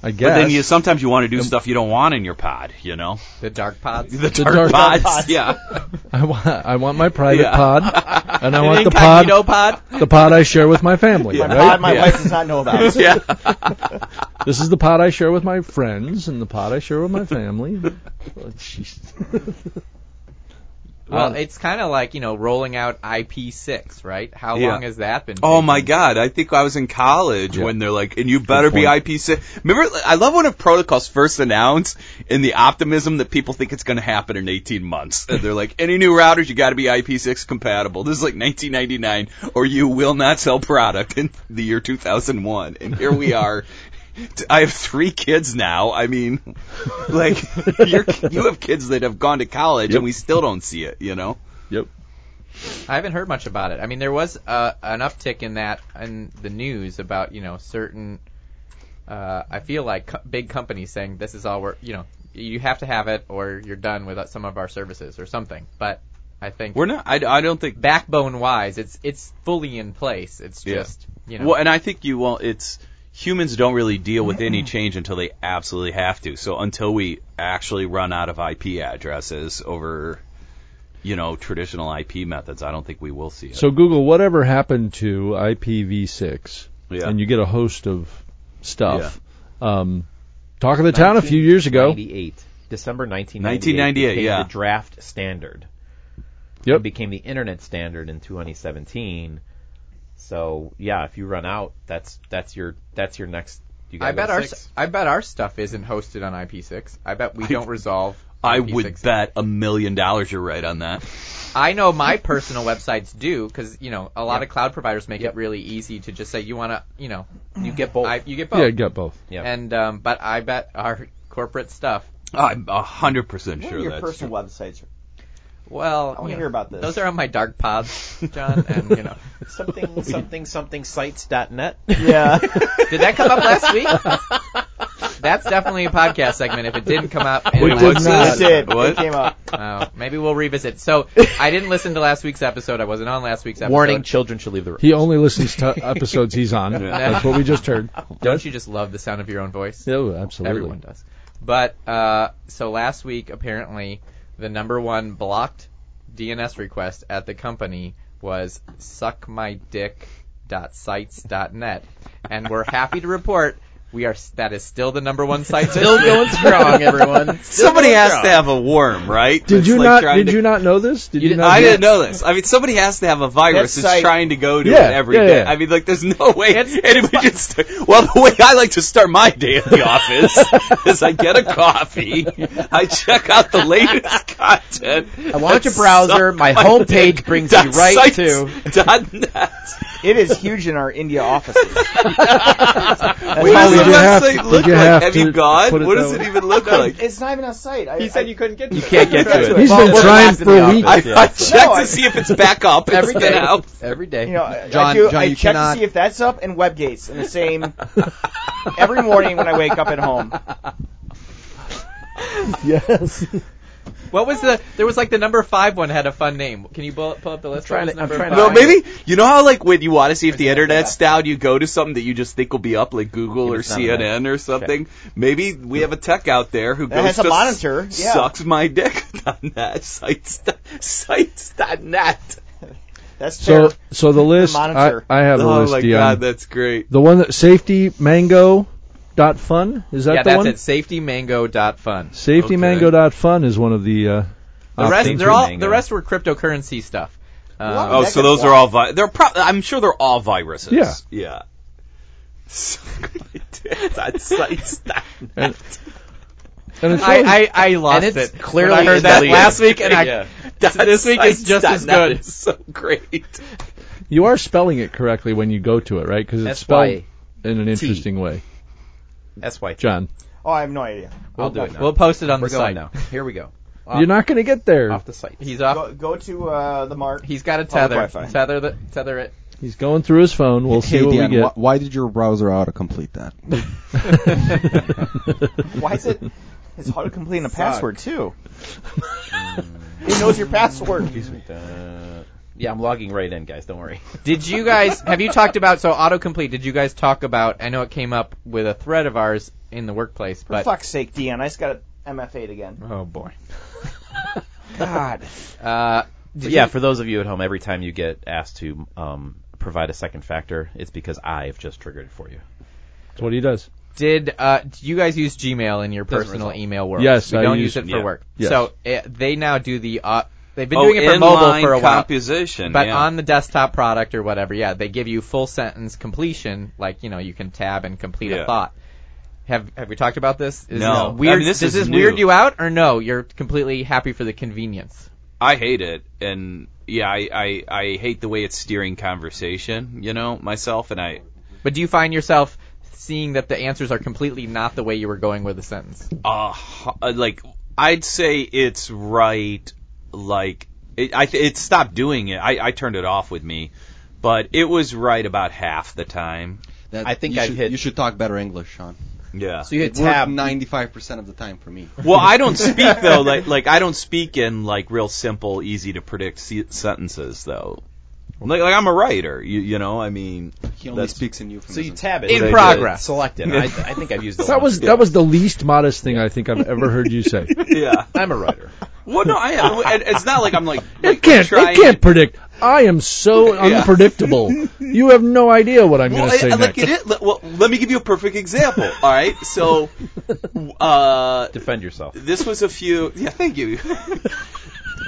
[SPEAKER 4] I guess.
[SPEAKER 6] But then you sometimes you want to do stuff you don't want in your pod. You know,
[SPEAKER 5] The dark pods.
[SPEAKER 6] the dark,
[SPEAKER 4] dark
[SPEAKER 6] pods.
[SPEAKER 4] pods.
[SPEAKER 6] Yeah,
[SPEAKER 4] I want I want my private
[SPEAKER 6] Yeah.
[SPEAKER 4] pod, and I want the pod
[SPEAKER 6] incognito pod.
[SPEAKER 4] the pod I share with my family,
[SPEAKER 3] My
[SPEAKER 4] right?
[SPEAKER 3] pod, my
[SPEAKER 6] Yeah.
[SPEAKER 3] wife does not know about.
[SPEAKER 6] yeah,
[SPEAKER 4] This is the pod I share with my friends, and the pod I share with my family. Oh, jeez.
[SPEAKER 5] Well,
[SPEAKER 2] um,
[SPEAKER 4] Uh,
[SPEAKER 5] it's kind of like you know rolling out IP6, right? How
[SPEAKER 6] Yeah.
[SPEAKER 5] long has that been?
[SPEAKER 6] Oh
[SPEAKER 5] taking?
[SPEAKER 6] my god, I think I was in college
[SPEAKER 4] Yeah.
[SPEAKER 6] when they're like, and you better be
[SPEAKER 4] point.
[SPEAKER 6] IP6. Remember, I love when a protocol's first announced and the optimism that people think it's going to happen in 18 months. And they're like, any new routers, you got to be IP6 compatible. This is like 1999 or you will not sell product in the year 2001. And here we are. I have three kids now. I mean, like, you're, you have kids that have gone to college and we still don't see it, you know?
[SPEAKER 4] Yep.
[SPEAKER 5] I haven't heard much about it. I mean, there was uh, an uptick in that in the news about you know certain. Uh, I feel like co- big companies saying this is all we're you know you have to have it or you're done with some of our services or something. But I think
[SPEAKER 6] We're not, I, I don't think
[SPEAKER 5] backbone wise, it's it's fully in place. It's
[SPEAKER 6] Yeah.
[SPEAKER 5] just you know
[SPEAKER 6] Well, and I think you won't. It's humans don't really deal with any change until they absolutely have to. So until we actually run out of IP addresses over, you know, traditional IP methods, I don't think we will see it.
[SPEAKER 4] So Google, whatever happened to IPv6?
[SPEAKER 6] Yeah.
[SPEAKER 4] And you get a host of stuff. Um, talk of the town a few years ago.
[SPEAKER 2] 1998, December
[SPEAKER 6] 1998,
[SPEAKER 2] 1998. became
[SPEAKER 6] yeah.
[SPEAKER 2] The draft standard.
[SPEAKER 4] Yep.
[SPEAKER 2] It became the internet standard in 2017. So yeah, if you run out, that's that's your that's your next. You gotta
[SPEAKER 5] I bet
[SPEAKER 2] go
[SPEAKER 5] our
[SPEAKER 2] six.
[SPEAKER 5] I bet our stuff isn't hosted on IP6. I bet we don't resolve.
[SPEAKER 6] I
[SPEAKER 5] IP6.
[SPEAKER 6] would bet a million dollars you're right on that.
[SPEAKER 5] I know my personal websites do because you know a lot of cloud providers make it really easy to just say you want to you know you get
[SPEAKER 2] both.
[SPEAKER 5] you get both.
[SPEAKER 4] Yeah, you got both.
[SPEAKER 2] Yeah.
[SPEAKER 5] And um, but I bet our corporate stuff.
[SPEAKER 6] I'm a hundred percent
[SPEAKER 3] What
[SPEAKER 6] sure
[SPEAKER 3] are your
[SPEAKER 6] that's
[SPEAKER 3] personal
[SPEAKER 6] true.
[SPEAKER 3] websites?
[SPEAKER 5] Well,
[SPEAKER 3] I wanna
[SPEAKER 5] you know,
[SPEAKER 3] hear about this.
[SPEAKER 5] Those are on my dark pods, John. And you know,
[SPEAKER 2] something something something sites dot net.
[SPEAKER 3] Yeah.
[SPEAKER 5] did that come up last week? That's definitely a podcast segment. If it didn't come up, and
[SPEAKER 4] We
[SPEAKER 5] it
[SPEAKER 4] did
[SPEAKER 5] was-
[SPEAKER 4] not.
[SPEAKER 3] it did.
[SPEAKER 6] What?
[SPEAKER 3] It came up.
[SPEAKER 5] Oh, maybe we'll revisit. So I didn't listen to last week's episode. I wasn't on last week's episode.
[SPEAKER 2] Warning: Children should leave the room.
[SPEAKER 4] He only listens to episodes he's on. That's what we just heard.
[SPEAKER 5] Don't you just love the sound of your own voice?
[SPEAKER 4] Oh, absolutely.
[SPEAKER 5] Everyone does. But uh, so last week, apparently, the number one blocked DNS request at the company was suckmydick.sites.net, and we're happy to report We are s- that is still the number one site.
[SPEAKER 2] Still going strong, everyone. Still
[SPEAKER 6] Somebody
[SPEAKER 3] Oh,
[SPEAKER 2] going
[SPEAKER 6] has
[SPEAKER 2] strong.
[SPEAKER 6] to have a worm, right?
[SPEAKER 4] Did
[SPEAKER 6] That's,
[SPEAKER 4] you
[SPEAKER 6] like,
[SPEAKER 4] not?
[SPEAKER 6] trying
[SPEAKER 4] Did
[SPEAKER 6] to-
[SPEAKER 4] you not know this? Did you,
[SPEAKER 6] I
[SPEAKER 4] not
[SPEAKER 6] didn't know this. I mean, somebody has to have a virus
[SPEAKER 3] That
[SPEAKER 6] that's
[SPEAKER 3] site-
[SPEAKER 6] trying to go to
[SPEAKER 4] Yeah,
[SPEAKER 6] it every
[SPEAKER 4] yeah,
[SPEAKER 6] day.
[SPEAKER 4] yeah.
[SPEAKER 6] I mean, like, there's no way anybody can. Start, well, the way I like to start my day at the office is I get a coffee, I check out the latest content.
[SPEAKER 2] I launch a browser. My homepage brings me right to.
[SPEAKER 6] dot net.
[SPEAKER 3] It is huge in our India offices.
[SPEAKER 6] What does
[SPEAKER 4] did
[SPEAKER 6] the
[SPEAKER 4] you have
[SPEAKER 6] website
[SPEAKER 4] to-
[SPEAKER 6] look
[SPEAKER 4] did you
[SPEAKER 6] like?
[SPEAKER 4] have
[SPEAKER 6] Have,
[SPEAKER 4] to
[SPEAKER 6] you gone?
[SPEAKER 4] put it
[SPEAKER 6] What
[SPEAKER 4] that
[SPEAKER 6] does it
[SPEAKER 4] way?
[SPEAKER 6] even look like?
[SPEAKER 3] it's not even a site. I,
[SPEAKER 5] He
[SPEAKER 3] I-
[SPEAKER 5] said you couldn't get.
[SPEAKER 2] You can't get to it.
[SPEAKER 4] He's
[SPEAKER 2] Well,
[SPEAKER 4] been
[SPEAKER 2] we're
[SPEAKER 4] trying
[SPEAKER 2] last in
[SPEAKER 4] for
[SPEAKER 2] the
[SPEAKER 4] weeks.
[SPEAKER 2] office,
[SPEAKER 6] I, I
[SPEAKER 2] yeah, so-
[SPEAKER 6] check to see if it's back up. It's
[SPEAKER 2] every
[SPEAKER 6] been
[SPEAKER 2] day.
[SPEAKER 6] out.
[SPEAKER 2] Every day.
[SPEAKER 3] You know, I- I
[SPEAKER 9] John-
[SPEAKER 3] do.
[SPEAKER 9] John,
[SPEAKER 3] I
[SPEAKER 9] you
[SPEAKER 3] check
[SPEAKER 9] cannot-
[SPEAKER 3] to see if that's up and WebGates in the same every morning when I wake up at home.
[SPEAKER 4] Yes.
[SPEAKER 5] What was the? There was like the number five one had a fun name. Can you pull, pull up the list?
[SPEAKER 2] trying
[SPEAKER 5] What was
[SPEAKER 2] to- I'm
[SPEAKER 5] number
[SPEAKER 2] trying to
[SPEAKER 5] five?
[SPEAKER 6] No, maybe you know how like when you want to see if the internet's down, you go to something that you just think will be up, like Google
[SPEAKER 2] If
[SPEAKER 6] or
[SPEAKER 2] it's not enough.
[SPEAKER 6] CNN or something. Maybe we have a tech out there who
[SPEAKER 3] That
[SPEAKER 6] goes
[SPEAKER 3] has a
[SPEAKER 6] to
[SPEAKER 3] monitor, yeah.
[SPEAKER 6] sucks my dick on that sites sites dot net.
[SPEAKER 3] That's
[SPEAKER 4] So
[SPEAKER 3] fair.
[SPEAKER 4] so the list. I,
[SPEAKER 3] monitor.
[SPEAKER 4] I have a
[SPEAKER 6] Oh
[SPEAKER 4] list.
[SPEAKER 6] my
[SPEAKER 4] Dion.
[SPEAKER 6] god, that's great.
[SPEAKER 4] The one that safety mango dot fun is that
[SPEAKER 5] yeah,
[SPEAKER 4] the
[SPEAKER 5] that's
[SPEAKER 4] one?
[SPEAKER 5] it. Safetymango.fun.
[SPEAKER 4] Safety
[SPEAKER 6] Okay.
[SPEAKER 4] mango dot fun is one of the. Uh,
[SPEAKER 5] The rest,
[SPEAKER 4] options.
[SPEAKER 5] they're all,
[SPEAKER 2] Mango.
[SPEAKER 5] the rest were cryptocurrency stuff. Um,
[SPEAKER 3] What?
[SPEAKER 6] Oh,
[SPEAKER 3] That
[SPEAKER 6] so
[SPEAKER 3] could
[SPEAKER 6] those
[SPEAKER 3] fly.
[SPEAKER 6] are all vi- they're pro- I'm sure they're all viruses.
[SPEAKER 4] Yeah.
[SPEAKER 6] yeah. Suck my dick on sites dot net.
[SPEAKER 4] and it's really-
[SPEAKER 5] I, I, I lost
[SPEAKER 2] And it's
[SPEAKER 5] it.
[SPEAKER 2] clearly
[SPEAKER 5] When I heard that
[SPEAKER 2] deleted.
[SPEAKER 5] last week, and I
[SPEAKER 6] Yeah.
[SPEAKER 5] this week is
[SPEAKER 6] Sites
[SPEAKER 5] just
[SPEAKER 6] dot
[SPEAKER 5] as
[SPEAKER 6] net
[SPEAKER 5] good.
[SPEAKER 6] is So great.
[SPEAKER 4] you are spelling it correctly when you go to it, right? Because it's
[SPEAKER 2] That's
[SPEAKER 4] spelled
[SPEAKER 2] why-
[SPEAKER 4] in an interesting way.
[SPEAKER 2] That's why.
[SPEAKER 4] John,
[SPEAKER 3] oh, I have no idea.
[SPEAKER 2] We'll do it now.
[SPEAKER 5] We'll post it on
[SPEAKER 2] We're
[SPEAKER 5] the site.
[SPEAKER 2] going now. Here we go.
[SPEAKER 5] Uh,
[SPEAKER 4] you're not going to get there.
[SPEAKER 2] Off the site.
[SPEAKER 5] He's off.
[SPEAKER 3] Go, go to uh, the mart.
[SPEAKER 5] He's got a
[SPEAKER 3] Public
[SPEAKER 5] tether.
[SPEAKER 3] Wi-Fi.
[SPEAKER 5] Tether the tether it.
[SPEAKER 4] He's going through his phone. We'll see
[SPEAKER 8] hey,
[SPEAKER 4] what
[SPEAKER 8] Dan,
[SPEAKER 4] we
[SPEAKER 8] wh- why did your browser autocomplete that?
[SPEAKER 4] get.
[SPEAKER 3] Why is it? It's hard to complete a password too. He knows your password.
[SPEAKER 2] Uh, yeah, I'm logging right in, guys. Don't worry.
[SPEAKER 5] Did you guys have you talked about so autocomplete? Did you guys talk about? I know it came up with a thread of ours in the workplace,
[SPEAKER 3] For
[SPEAKER 5] but
[SPEAKER 3] fuck's sake, Dion, I just got MFA'd again.
[SPEAKER 5] oh boy.
[SPEAKER 3] God.
[SPEAKER 5] Uh, did
[SPEAKER 2] yeah,
[SPEAKER 5] you-
[SPEAKER 2] for those of you at home, every time you get asked to um, provide a second factor, it's because I've just triggered it for you.
[SPEAKER 4] That's what he does.
[SPEAKER 5] Did uh, do you guys use Gmail in your
[SPEAKER 2] Doesn't
[SPEAKER 5] personal
[SPEAKER 2] result.
[SPEAKER 5] email world?
[SPEAKER 4] Yes,
[SPEAKER 5] we
[SPEAKER 4] I
[SPEAKER 5] don't
[SPEAKER 4] use-
[SPEAKER 5] use it for
[SPEAKER 6] yeah.
[SPEAKER 5] work.
[SPEAKER 4] Yes.
[SPEAKER 5] So uh, they now do the. Uh, they've been
[SPEAKER 6] oh,
[SPEAKER 5] doing it for mobile
[SPEAKER 6] inline
[SPEAKER 5] for a while,
[SPEAKER 6] composition.
[SPEAKER 5] but
[SPEAKER 6] yeah.
[SPEAKER 5] on the desktop product or whatever, yeah, they give you full sentence completion. Like you know, you can tab and complete a
[SPEAKER 6] Yeah.
[SPEAKER 5] thought. Have Have we talked about this? Is
[SPEAKER 6] No.
[SPEAKER 5] this weird.
[SPEAKER 6] I mean, this
[SPEAKER 5] does
[SPEAKER 6] is
[SPEAKER 5] this weird
[SPEAKER 6] new.
[SPEAKER 5] you out or no? You're completely happy for the convenience.
[SPEAKER 6] I hate it, and yeah, I, I I hate the way it's steering conversation. You know, myself and I.
[SPEAKER 5] But do you find yourself seeing that the answers are completely not the way you were going with the sentence?
[SPEAKER 6] Uh, hu- like I'd say it's right. Like it, I it stopped doing it. I I turned it off with me, but it was right about half the time.
[SPEAKER 8] That
[SPEAKER 2] I think
[SPEAKER 8] you
[SPEAKER 2] I've
[SPEAKER 8] should,
[SPEAKER 2] hit-
[SPEAKER 8] You should talk better English, Sean.
[SPEAKER 6] Yeah.
[SPEAKER 2] So you hit
[SPEAKER 8] It worked
[SPEAKER 2] tab.
[SPEAKER 8] 95% of the time for me.
[SPEAKER 6] Well, I don't speak though. Like like I don't speak in like real simple, easy to predict se- sentences though. Like, like I'm a writer. You you know I mean.
[SPEAKER 8] He only
[SPEAKER 6] That's-
[SPEAKER 8] speaks in euphemisms.
[SPEAKER 2] So you tab it.
[SPEAKER 5] In
[SPEAKER 2] They did.
[SPEAKER 5] progress.
[SPEAKER 2] Select it. I, I think I've used it.
[SPEAKER 4] That was
[SPEAKER 2] once.
[SPEAKER 4] that was the least modest thing I think I've ever heard you say. it
[SPEAKER 6] Yeah.
[SPEAKER 2] I'm a writer.
[SPEAKER 6] Well, no, I am. And It's not like I'm like. like
[SPEAKER 4] can't
[SPEAKER 6] trying
[SPEAKER 4] it can't predict. I am so unpredictable. you have no idea what I'm
[SPEAKER 6] Well,
[SPEAKER 4] going to say
[SPEAKER 6] I- I- like
[SPEAKER 4] next.
[SPEAKER 6] it is. le- Well, let me give you a perfect example. All right, so uh,
[SPEAKER 2] Defend yourself.
[SPEAKER 6] this was a few. Yeah, thank you.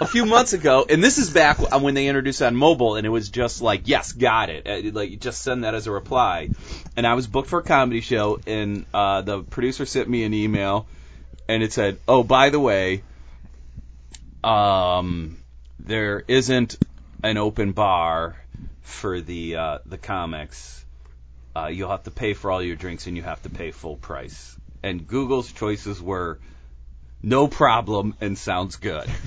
[SPEAKER 6] a few months ago, and this is back when they introduced it on mobile, and it was just like, yes, got it. Uh, Like, you just send that as a reply. And I was booked for a comedy show, and uh, the producer sent me an email, and it said, oh, by the way, um, there isn't an open bar for the uh, the comics. Uh, you'll have to pay for all your drinks, and you have to pay full price. And Google's choices were no problem and sounds good.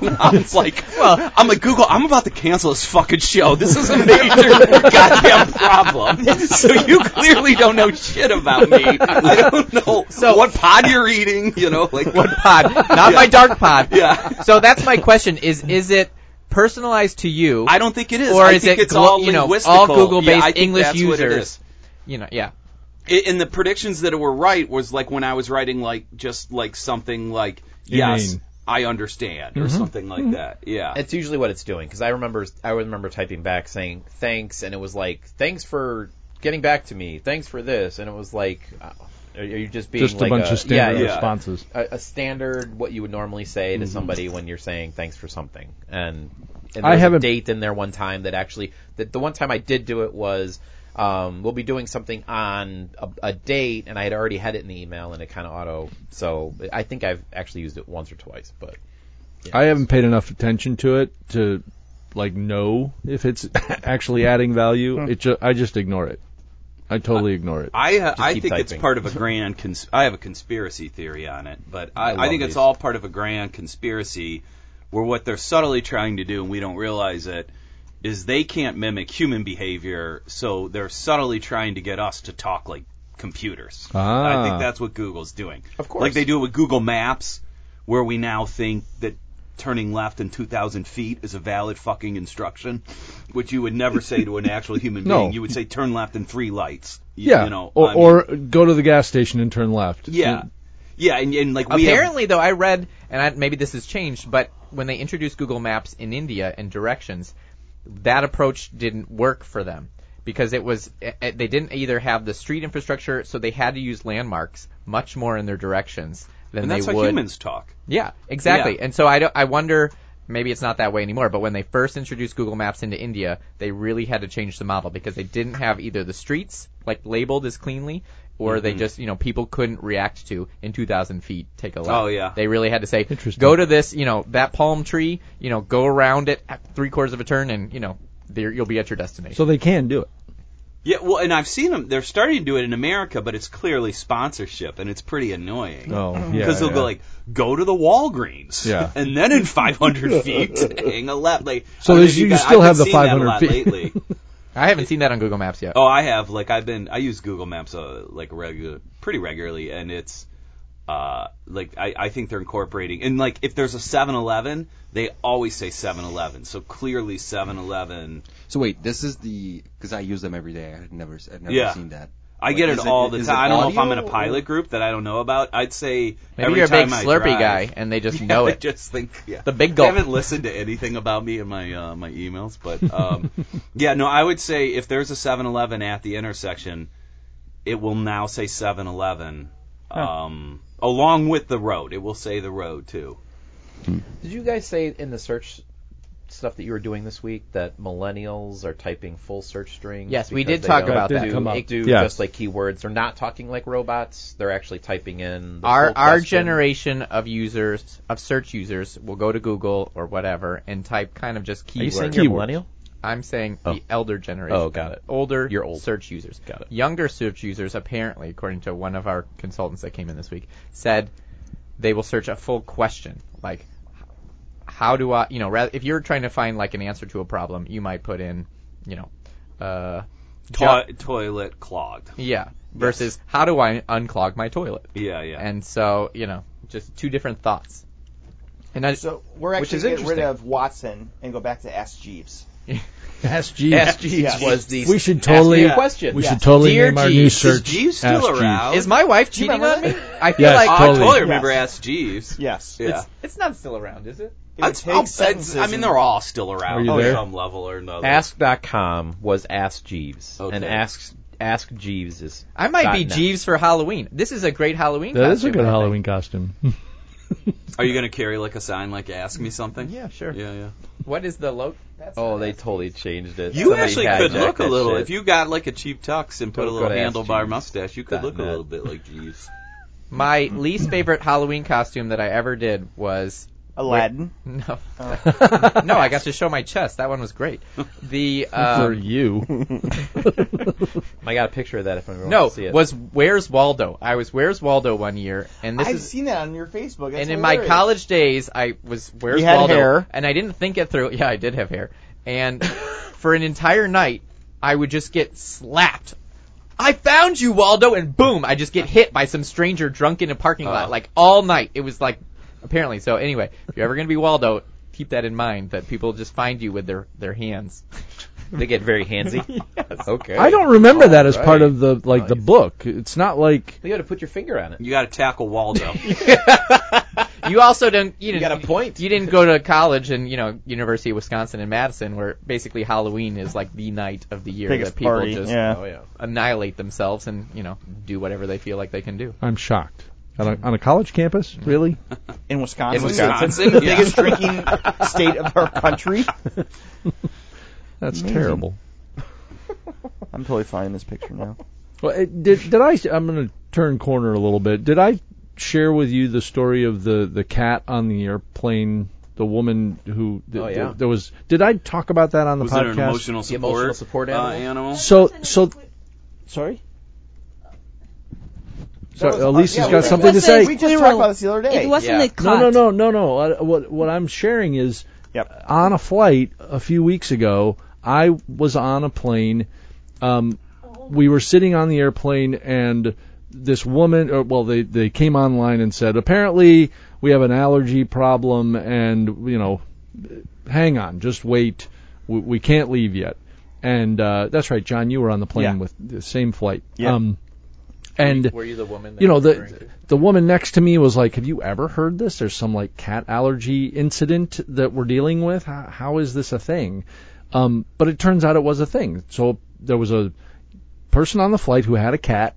[SPEAKER 6] And I was like, well, I'm like Google. I'm about to cancel this fucking show. This is a major goddamn problem. So you clearly don't know shit about me. I don't know what pod you're eating. You know, like
[SPEAKER 5] What pod? Not my dark pod.
[SPEAKER 6] Yeah.
[SPEAKER 5] So that's my question: is is it personalized to you?
[SPEAKER 6] I don't think it is.
[SPEAKER 5] Or
[SPEAKER 6] I
[SPEAKER 5] is
[SPEAKER 6] think
[SPEAKER 5] it
[SPEAKER 6] it's
[SPEAKER 5] glo-
[SPEAKER 6] all
[SPEAKER 5] you know, all
[SPEAKER 6] linguistical.
[SPEAKER 5] Google-based
[SPEAKER 6] Yeah, I think
[SPEAKER 5] English
[SPEAKER 6] that's what it
[SPEAKER 5] users.
[SPEAKER 6] is.
[SPEAKER 5] you know, yeah.
[SPEAKER 6] I- and the predictions that were right was like when I was writing like just like something like
[SPEAKER 4] You
[SPEAKER 6] yes,
[SPEAKER 4] mean-
[SPEAKER 6] I understand
[SPEAKER 5] Mm-hmm.
[SPEAKER 6] or something like that. Yeah.
[SPEAKER 2] It's usually what it's doing because I remember I remember typing back saying thanks, and it was like thanks for getting back to me. Thanks for this." And it was like, uh, are are you just being
[SPEAKER 4] Just
[SPEAKER 2] like
[SPEAKER 4] a bunch
[SPEAKER 2] a,
[SPEAKER 4] of standard
[SPEAKER 2] yeah, yeah,
[SPEAKER 4] responses.
[SPEAKER 2] a, a standard what you would normally say to somebody when you're saying thanks for something. And, and
[SPEAKER 4] Mm-hmm. I
[SPEAKER 2] there's a
[SPEAKER 4] haven't-
[SPEAKER 2] date in there one time that actually that the one time I did do it was um, we'll be doing something on a, a date, and I had already had it in the email, and it kind of auto. So I think I've actually used it once or twice, but
[SPEAKER 4] I haven't paid enough attention to it to like know if it's actually adding value. It ju- I just ignore it. I totally ignore it.
[SPEAKER 6] Hmm. I uh, I
[SPEAKER 2] keep
[SPEAKER 6] think it's
[SPEAKER 2] typing.
[SPEAKER 6] part of a grand. Cons- I have a conspiracy theory on it, but I, I,
[SPEAKER 2] I love
[SPEAKER 6] think
[SPEAKER 2] these.
[SPEAKER 6] it's all part of a grand conspiracy, where what they're subtly trying to do and we don't realize it is they can't mimic human behavior, so they're subtly trying to get us to talk like computers.
[SPEAKER 4] Ah.
[SPEAKER 6] I think that's what Google's doing.
[SPEAKER 2] Of course.
[SPEAKER 6] like they do it with Google Maps, where we now think that turning left in 2,000 feet is a valid fucking instruction, which you would never say to an actual human
[SPEAKER 4] No.
[SPEAKER 6] being. You would say turn left in three lights. You,
[SPEAKER 4] yeah,
[SPEAKER 6] you know,
[SPEAKER 4] or,
[SPEAKER 6] I mean-
[SPEAKER 4] or go to the gas station and turn left.
[SPEAKER 6] yeah. Yeah, and, and like we
[SPEAKER 5] Apparently, though, I read, and I, maybe this has changed, but when they introduced Google Maps in India and directions, that approach didn't work for them because it was eh, eh, they didn't either have the street infrastructure, so they had to use landmarks much more in their directions than
[SPEAKER 6] and
[SPEAKER 5] they
[SPEAKER 6] that's how
[SPEAKER 5] would.
[SPEAKER 6] humans talk.
[SPEAKER 5] Yeah, exactly.
[SPEAKER 6] Yeah.
[SPEAKER 5] And so I, don't- I wonder maybe it's not that way anymore. But when they first introduced Google Maps into India, they really had to change the model because they didn't have either the streets like labeled as cleanly, or
[SPEAKER 6] Mm-hmm.
[SPEAKER 5] they just you know people couldn't react to in 2,000 feet take a left.
[SPEAKER 6] Oh, yeah.
[SPEAKER 5] They really had to say
[SPEAKER 4] Interesting.
[SPEAKER 5] go to this you know that palm tree you know go around it at three quarters of a turn and you know there you'll be at your destination.
[SPEAKER 4] So they can do it.
[SPEAKER 6] Yeah, well, and I've seen them. They're starting to do it in America, but it's clearly sponsorship, and it's pretty annoying.
[SPEAKER 4] Oh, yeah.
[SPEAKER 6] Because Mm-hmm. they'll
[SPEAKER 4] yeah.
[SPEAKER 6] go like, go to the Walgreens,
[SPEAKER 4] Yeah.
[SPEAKER 6] and then in 500 feet, hang a left. Like,
[SPEAKER 4] So
[SPEAKER 6] I don't know
[SPEAKER 4] there's-
[SPEAKER 6] if
[SPEAKER 4] you
[SPEAKER 6] guys-
[SPEAKER 4] still
[SPEAKER 6] I've
[SPEAKER 4] have
[SPEAKER 6] been
[SPEAKER 4] the
[SPEAKER 6] seeing that a
[SPEAKER 4] 500
[SPEAKER 6] lot
[SPEAKER 4] feet.
[SPEAKER 6] lately.
[SPEAKER 5] I haven't seen that on Google Maps yet.
[SPEAKER 6] Oh, I have. Like I've been, I use Google Maps uh, like regular, pretty regularly, and it's uh like I, I think they're incorporating and like if there's a 7-Eleven, they always say 7-Eleven. So clearly 7-Eleven.
[SPEAKER 8] So wait, this is the because I use them every day. I'd never, I'd never
[SPEAKER 6] Yeah.
[SPEAKER 8] seen that.
[SPEAKER 6] I get
[SPEAKER 8] Like,
[SPEAKER 6] it
[SPEAKER 8] is
[SPEAKER 6] all
[SPEAKER 8] it-
[SPEAKER 6] the
[SPEAKER 8] is
[SPEAKER 6] time.
[SPEAKER 8] it
[SPEAKER 6] I don't know if I'm in a
[SPEAKER 8] audio
[SPEAKER 6] pilot group that I don't know about. I'd say
[SPEAKER 5] Maybe
[SPEAKER 6] every
[SPEAKER 5] you're a big
[SPEAKER 6] time I
[SPEAKER 5] Slurpee
[SPEAKER 6] drive-
[SPEAKER 5] guy and they just
[SPEAKER 6] Yeah,
[SPEAKER 5] know
[SPEAKER 6] I
[SPEAKER 5] it.
[SPEAKER 6] just think yeah.
[SPEAKER 5] The big
[SPEAKER 6] They
[SPEAKER 5] gulp.
[SPEAKER 6] haven't listened to anything about me in my uh, my emails, but um, yeah, no, I would say if there's a 7-Eleven at the intersection, it will now say 7-Eleven um, along with the road. It will say the road too.
[SPEAKER 2] Did you guys say in the search stuff that you were doing this week that millennials are typing full search strings?
[SPEAKER 5] Yes, we
[SPEAKER 2] because
[SPEAKER 5] did
[SPEAKER 2] they
[SPEAKER 5] talk
[SPEAKER 2] don't
[SPEAKER 5] about
[SPEAKER 4] That did
[SPEAKER 5] that.
[SPEAKER 4] come up.
[SPEAKER 2] Do
[SPEAKER 4] Yeah.
[SPEAKER 2] just like keywords. They're not talking like robots. They're actually typing in the
[SPEAKER 5] our
[SPEAKER 2] full
[SPEAKER 5] our
[SPEAKER 2] question.
[SPEAKER 5] generation of users of search users will go to Google or whatever and type kind of just keywords.
[SPEAKER 2] Are you saying you're a
[SPEAKER 4] Keywords.
[SPEAKER 2] millennial?
[SPEAKER 5] I'm saying
[SPEAKER 2] Oh.
[SPEAKER 5] the elder generation.
[SPEAKER 2] Oh, got it.
[SPEAKER 5] Older
[SPEAKER 2] You're old.
[SPEAKER 5] search users.
[SPEAKER 2] Got it.
[SPEAKER 5] Younger search users, apparently, according to one of our consultants that came in this week, said they will search a full question. Like, how do I, you know, rather, if you're trying to find like an answer to a problem, you might put in, you know, uh,
[SPEAKER 6] To- toilet clogged.
[SPEAKER 5] yeah, versus how do I unclog my toilet?
[SPEAKER 6] Yeah, yeah.
[SPEAKER 5] And so, you know, just two different thoughts. And I,
[SPEAKER 3] So we're
[SPEAKER 5] Which
[SPEAKER 3] actually
[SPEAKER 5] is
[SPEAKER 3] going to get rid
[SPEAKER 5] interesting.
[SPEAKER 3] of Watson and go back to Ask Jeeves.
[SPEAKER 4] Ask Jeeves.
[SPEAKER 2] Ask Jeeves
[SPEAKER 3] Yes.
[SPEAKER 2] was the
[SPEAKER 4] We should totally.
[SPEAKER 2] ask me a question.
[SPEAKER 4] We
[SPEAKER 2] Yes.
[SPEAKER 4] should totally
[SPEAKER 2] Dear
[SPEAKER 4] name our
[SPEAKER 2] Jeeves,
[SPEAKER 4] new
[SPEAKER 2] is
[SPEAKER 4] search.
[SPEAKER 6] Jeeves still
[SPEAKER 4] Ask Jeeves.
[SPEAKER 6] around?
[SPEAKER 5] is my wife cheating on
[SPEAKER 3] remember
[SPEAKER 5] me? I feel
[SPEAKER 4] Yes,
[SPEAKER 5] like
[SPEAKER 6] Ah, I
[SPEAKER 4] totally.
[SPEAKER 6] totally remember
[SPEAKER 3] Yes.
[SPEAKER 6] Ask Jeeves.
[SPEAKER 3] Yes.
[SPEAKER 6] Yeah.
[SPEAKER 5] it's not still around, is it?
[SPEAKER 3] It would
[SPEAKER 6] I'd-
[SPEAKER 3] take
[SPEAKER 6] I'll bet-
[SPEAKER 3] sentences
[SPEAKER 6] I mean,
[SPEAKER 3] and-
[SPEAKER 6] they're all still
[SPEAKER 4] Are
[SPEAKER 6] around
[SPEAKER 4] you
[SPEAKER 6] on
[SPEAKER 4] there?
[SPEAKER 6] some level or another.
[SPEAKER 2] Ask.com was Ask Jeeves,
[SPEAKER 6] Okay.
[SPEAKER 2] and Ask Ask Jeeves is.
[SPEAKER 5] I might be
[SPEAKER 2] .net.
[SPEAKER 5] Jeeves for Halloween. This is a great Halloween.
[SPEAKER 4] That is a
[SPEAKER 5] costume,
[SPEAKER 4] good
[SPEAKER 5] I think.
[SPEAKER 4] Halloween costume.
[SPEAKER 6] Are you going to carry like a sign like "Ask me something"?
[SPEAKER 5] Yeah, sure.
[SPEAKER 6] Yeah, yeah.
[SPEAKER 5] What is the lo? That's
[SPEAKER 2] Oh,
[SPEAKER 5] not
[SPEAKER 2] they
[SPEAKER 5] it.
[SPEAKER 2] totally changed it.
[SPEAKER 6] You
[SPEAKER 2] Somebody
[SPEAKER 6] actually could
[SPEAKER 2] hijacked
[SPEAKER 6] look a
[SPEAKER 2] that
[SPEAKER 6] little
[SPEAKER 2] shit.
[SPEAKER 6] if you got like a cheap tux and put
[SPEAKER 2] Don't
[SPEAKER 6] a little
[SPEAKER 2] go to ask
[SPEAKER 6] handlebar
[SPEAKER 2] Jeeves.
[SPEAKER 6] mustache. You could look a
[SPEAKER 2] Dot net.
[SPEAKER 6] little bit like Jeeves.
[SPEAKER 5] My least favorite Halloween costume that I ever did was
[SPEAKER 3] Aladdin.
[SPEAKER 5] no,
[SPEAKER 3] Oh.
[SPEAKER 5] no. I got to show my chest. That one was great. The
[SPEAKER 4] For
[SPEAKER 5] um,
[SPEAKER 4] you.
[SPEAKER 2] I got a picture of that if I ever
[SPEAKER 5] no
[SPEAKER 2] want to see it.
[SPEAKER 5] was Where's Waldo. I was Where's Waldo one year, and this
[SPEAKER 3] I've
[SPEAKER 5] is
[SPEAKER 3] seen that on your Facebook. That's
[SPEAKER 5] and in
[SPEAKER 3] hilarious.
[SPEAKER 5] my college days, I was where's
[SPEAKER 3] You had
[SPEAKER 5] Waldo,
[SPEAKER 3] hair.
[SPEAKER 5] and I didn't think it through. Yeah, I did have hair, and for an entire night, I would just get slapped. I found you, Waldo, and boom, I just get hit by some stranger drunk in a parking lot,
[SPEAKER 6] Oh.
[SPEAKER 5] like all night. It was like apparently. So anyway, if you're ever gonna be Waldo, keep that in mind that people just find you with their their hands.
[SPEAKER 2] they get very handsy. Okay.
[SPEAKER 4] I don't remember
[SPEAKER 2] All
[SPEAKER 4] that as part
[SPEAKER 2] right.
[SPEAKER 4] of the like the
[SPEAKER 2] Nice.
[SPEAKER 4] book. It's not like
[SPEAKER 2] You got to put your finger on it.
[SPEAKER 6] You got to tackle Waldo.
[SPEAKER 5] you also didn't. You, didn't,
[SPEAKER 2] got a point.
[SPEAKER 5] You didn't go to college and you know University of Wisconsin in Madison, where basically Halloween is like the night of the year
[SPEAKER 3] Biggest
[SPEAKER 5] that people
[SPEAKER 3] party,
[SPEAKER 5] just
[SPEAKER 3] yeah.
[SPEAKER 2] Oh yeah.
[SPEAKER 5] annihilate themselves and you know do whatever they feel like they can do.
[SPEAKER 4] I'm shocked. On a, on a college campus, really?
[SPEAKER 3] in Wisconsin,
[SPEAKER 6] In Wisconsin,
[SPEAKER 3] the
[SPEAKER 6] yeah.
[SPEAKER 3] biggest drinking state of our country.
[SPEAKER 4] That's
[SPEAKER 3] Amazing.
[SPEAKER 4] terrible.
[SPEAKER 3] I'm totally fine in this picture now.
[SPEAKER 4] Well, it, did did I? I'm going to turn corner a little bit. Did I share with you the story of the the cat on the airplane? The woman who th-
[SPEAKER 2] Oh, yeah.
[SPEAKER 4] th- there was. Did I talk about that on the
[SPEAKER 6] Was it
[SPEAKER 4] podcast?
[SPEAKER 6] an emotional
[SPEAKER 2] The
[SPEAKER 6] support,
[SPEAKER 2] emotional support
[SPEAKER 6] uh,
[SPEAKER 2] animal?
[SPEAKER 6] animal?
[SPEAKER 4] So so. Sorry. So
[SPEAKER 3] That was-
[SPEAKER 4] Elisa's
[SPEAKER 3] yeah, we-
[SPEAKER 4] got something to
[SPEAKER 7] wasn't
[SPEAKER 4] say.
[SPEAKER 3] We just
[SPEAKER 7] Plural.
[SPEAKER 3] talked about this the other day.
[SPEAKER 7] It wasn't
[SPEAKER 2] Yeah.
[SPEAKER 7] a cut.
[SPEAKER 4] No, no, no, no, no. Uh, What what I'm sharing is
[SPEAKER 3] Yep.
[SPEAKER 4] on a flight a few weeks ago. I was on a plane. Um, we were sitting on the airplane, and this woman, or, well, they they came online and said apparently we have an allergy problem, and you know, hang on, just wait, we, we can't leave yet. And uh, that's right, John, you were on the plane
[SPEAKER 3] Yeah.
[SPEAKER 4] with the same flight.
[SPEAKER 3] Yep.
[SPEAKER 4] Um, and
[SPEAKER 5] Were you the woman? that
[SPEAKER 4] you know
[SPEAKER 5] you're referring
[SPEAKER 4] the
[SPEAKER 5] to?
[SPEAKER 4] the woman next to me was like, "Have you ever heard this? There's some like cat allergy incident that we're dealing with. How, how is this a thing?" Um, but it turns out it was a thing. So there was a person on the flight who had a cat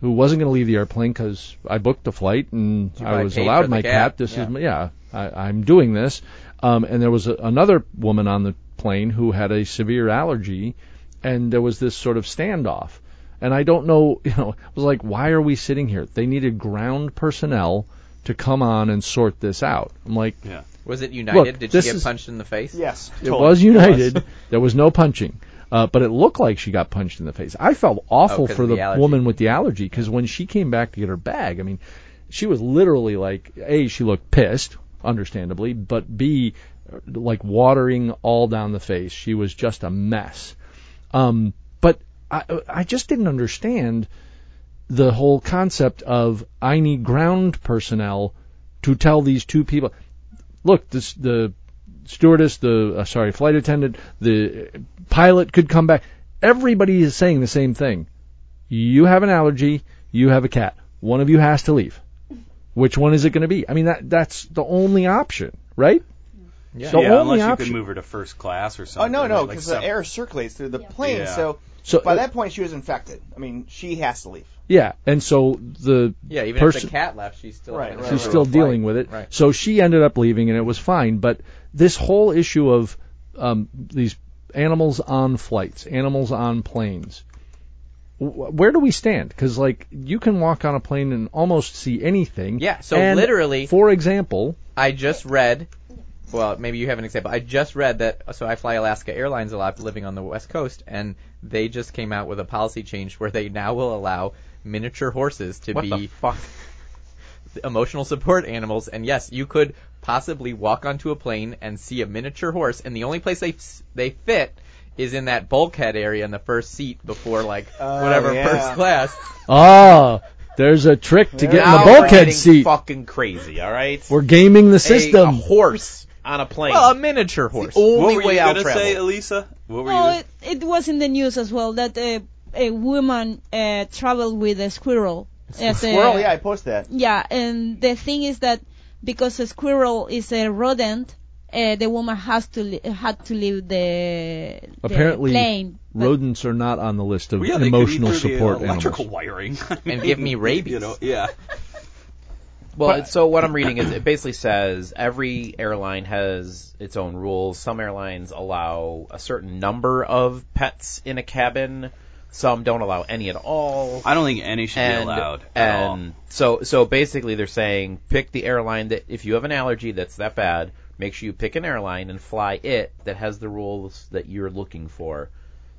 [SPEAKER 4] who wasn't going to leave the airplane because I booked the flight and I
[SPEAKER 5] probably
[SPEAKER 4] was
[SPEAKER 5] paid
[SPEAKER 4] allowed
[SPEAKER 5] for
[SPEAKER 4] my
[SPEAKER 5] the
[SPEAKER 4] cat.
[SPEAKER 5] cat.
[SPEAKER 4] This is my, yeah, I, I'm doing this. Um, and there was a, another woman on the plane who had a severe allergy, and there was this sort of standoff. And I don't know, you know, it was like, why are we sitting here? They needed ground personnel to come on and sort this out. I'm like,
[SPEAKER 6] Yeah.
[SPEAKER 5] Was it United?
[SPEAKER 4] Look,
[SPEAKER 5] Did she
[SPEAKER 4] this
[SPEAKER 5] get
[SPEAKER 4] is-
[SPEAKER 5] punched in the face?
[SPEAKER 3] Yes,
[SPEAKER 4] it was United. there was no punching. Uh, but it looked like she got punched in the face. I felt awful
[SPEAKER 5] Oh, 'cause
[SPEAKER 4] for
[SPEAKER 5] of
[SPEAKER 4] the,
[SPEAKER 5] the allergy.
[SPEAKER 4] woman with the allergy because when she came back to get her bag, I mean, she was literally like, A, she looked pissed, understandably, but B, like watering all down the face. She was just a mess. Um, but I, I just didn't understand the whole concept of I need ground personnel to tell these two people. Look, this, the stewardess, the uh, sorry, flight attendant, the pilot could come back. Everybody is saying the same thing. You have an allergy. You have a cat. One of you has to leave. Which one is it going to be? I mean, that that's the only option, right?
[SPEAKER 5] Yeah.
[SPEAKER 4] The
[SPEAKER 6] yeah,
[SPEAKER 4] only
[SPEAKER 6] unless
[SPEAKER 4] option.
[SPEAKER 6] you could move her to first class or
[SPEAKER 3] Oh
[SPEAKER 6] something.
[SPEAKER 3] no, no,
[SPEAKER 6] like
[SPEAKER 3] because
[SPEAKER 6] some-
[SPEAKER 3] the air circulates through the plane,
[SPEAKER 6] Yeah.
[SPEAKER 3] so
[SPEAKER 4] so
[SPEAKER 3] by
[SPEAKER 4] uh,
[SPEAKER 3] that point she was infected. I mean, she has to leave.
[SPEAKER 4] yeah, and so the
[SPEAKER 5] Yeah, even if
[SPEAKER 4] person
[SPEAKER 5] the cat left, she's still
[SPEAKER 3] Right,
[SPEAKER 5] kinda
[SPEAKER 3] right,
[SPEAKER 4] she's
[SPEAKER 3] right.
[SPEAKER 4] still
[SPEAKER 3] Right.
[SPEAKER 4] dealing with it.
[SPEAKER 5] Right.
[SPEAKER 4] So she ended up leaving, and it was fine. But this whole issue of um, these animals on flights, animals on planes, wh- where do we stand? Because like you can walk on a plane and almost see anything.
[SPEAKER 5] Yeah, so
[SPEAKER 4] And,
[SPEAKER 5] literally-
[SPEAKER 4] for example,
[SPEAKER 5] I just read. Well, maybe you have an example. I just read that. So I fly Alaska Airlines a lot, living on the West Coast, and they just came out with a policy change where they now will allow miniature horses to
[SPEAKER 2] What
[SPEAKER 5] be
[SPEAKER 2] the fuck?
[SPEAKER 5] emotional support animals. And yes, you could possibly walk onto a plane and see a miniature horse, and the only place they f- they fit is in that bulkhead area in the first seat before like
[SPEAKER 2] Oh,
[SPEAKER 5] whatever
[SPEAKER 3] yeah.
[SPEAKER 5] first class.
[SPEAKER 4] ah, there's a trick to get in the
[SPEAKER 2] Now we're
[SPEAKER 4] bulkhead
[SPEAKER 2] getting
[SPEAKER 4] seat.
[SPEAKER 2] Fucking crazy. All right.
[SPEAKER 4] We're gaming the
[SPEAKER 2] a, a
[SPEAKER 4] system.
[SPEAKER 2] horse on a plane.
[SPEAKER 5] Well, a miniature horse.
[SPEAKER 6] What
[SPEAKER 2] Only
[SPEAKER 6] were
[SPEAKER 2] way
[SPEAKER 6] you
[SPEAKER 2] I'll
[SPEAKER 6] gonna
[SPEAKER 2] travel.
[SPEAKER 6] say, Elisa? What were
[SPEAKER 7] No,
[SPEAKER 6] you?
[SPEAKER 7] it, it was in the news as well that a, a woman uh, traveled with a squirrel. As a-
[SPEAKER 3] Squirrel, yeah, I post that.
[SPEAKER 7] Yeah, and the thing is that because a squirrel is a rodent, uh, the woman has to li- had to leave the, the
[SPEAKER 4] Apparently,
[SPEAKER 7] plane. But-
[SPEAKER 4] Rodents are not on the list of
[SPEAKER 6] Well, yeah, they could eat
[SPEAKER 4] emotional
[SPEAKER 6] through the uh,
[SPEAKER 4] support
[SPEAKER 6] electrical
[SPEAKER 4] animals.
[SPEAKER 6] wiring
[SPEAKER 5] And give me rabies.
[SPEAKER 6] You know, yeah.
[SPEAKER 2] Well, so what I'm reading is it basically says every airline has its own rules. Some airlines allow a certain number of pets in a cabin. Some don't allow any at all.
[SPEAKER 6] I don't think any should
[SPEAKER 2] And,
[SPEAKER 6] be allowed. at all.
[SPEAKER 2] and so so basically they're saying pick the airline that if you have an allergy that's that bad, make sure you pick an airline and fly it that has the rules that you're looking for.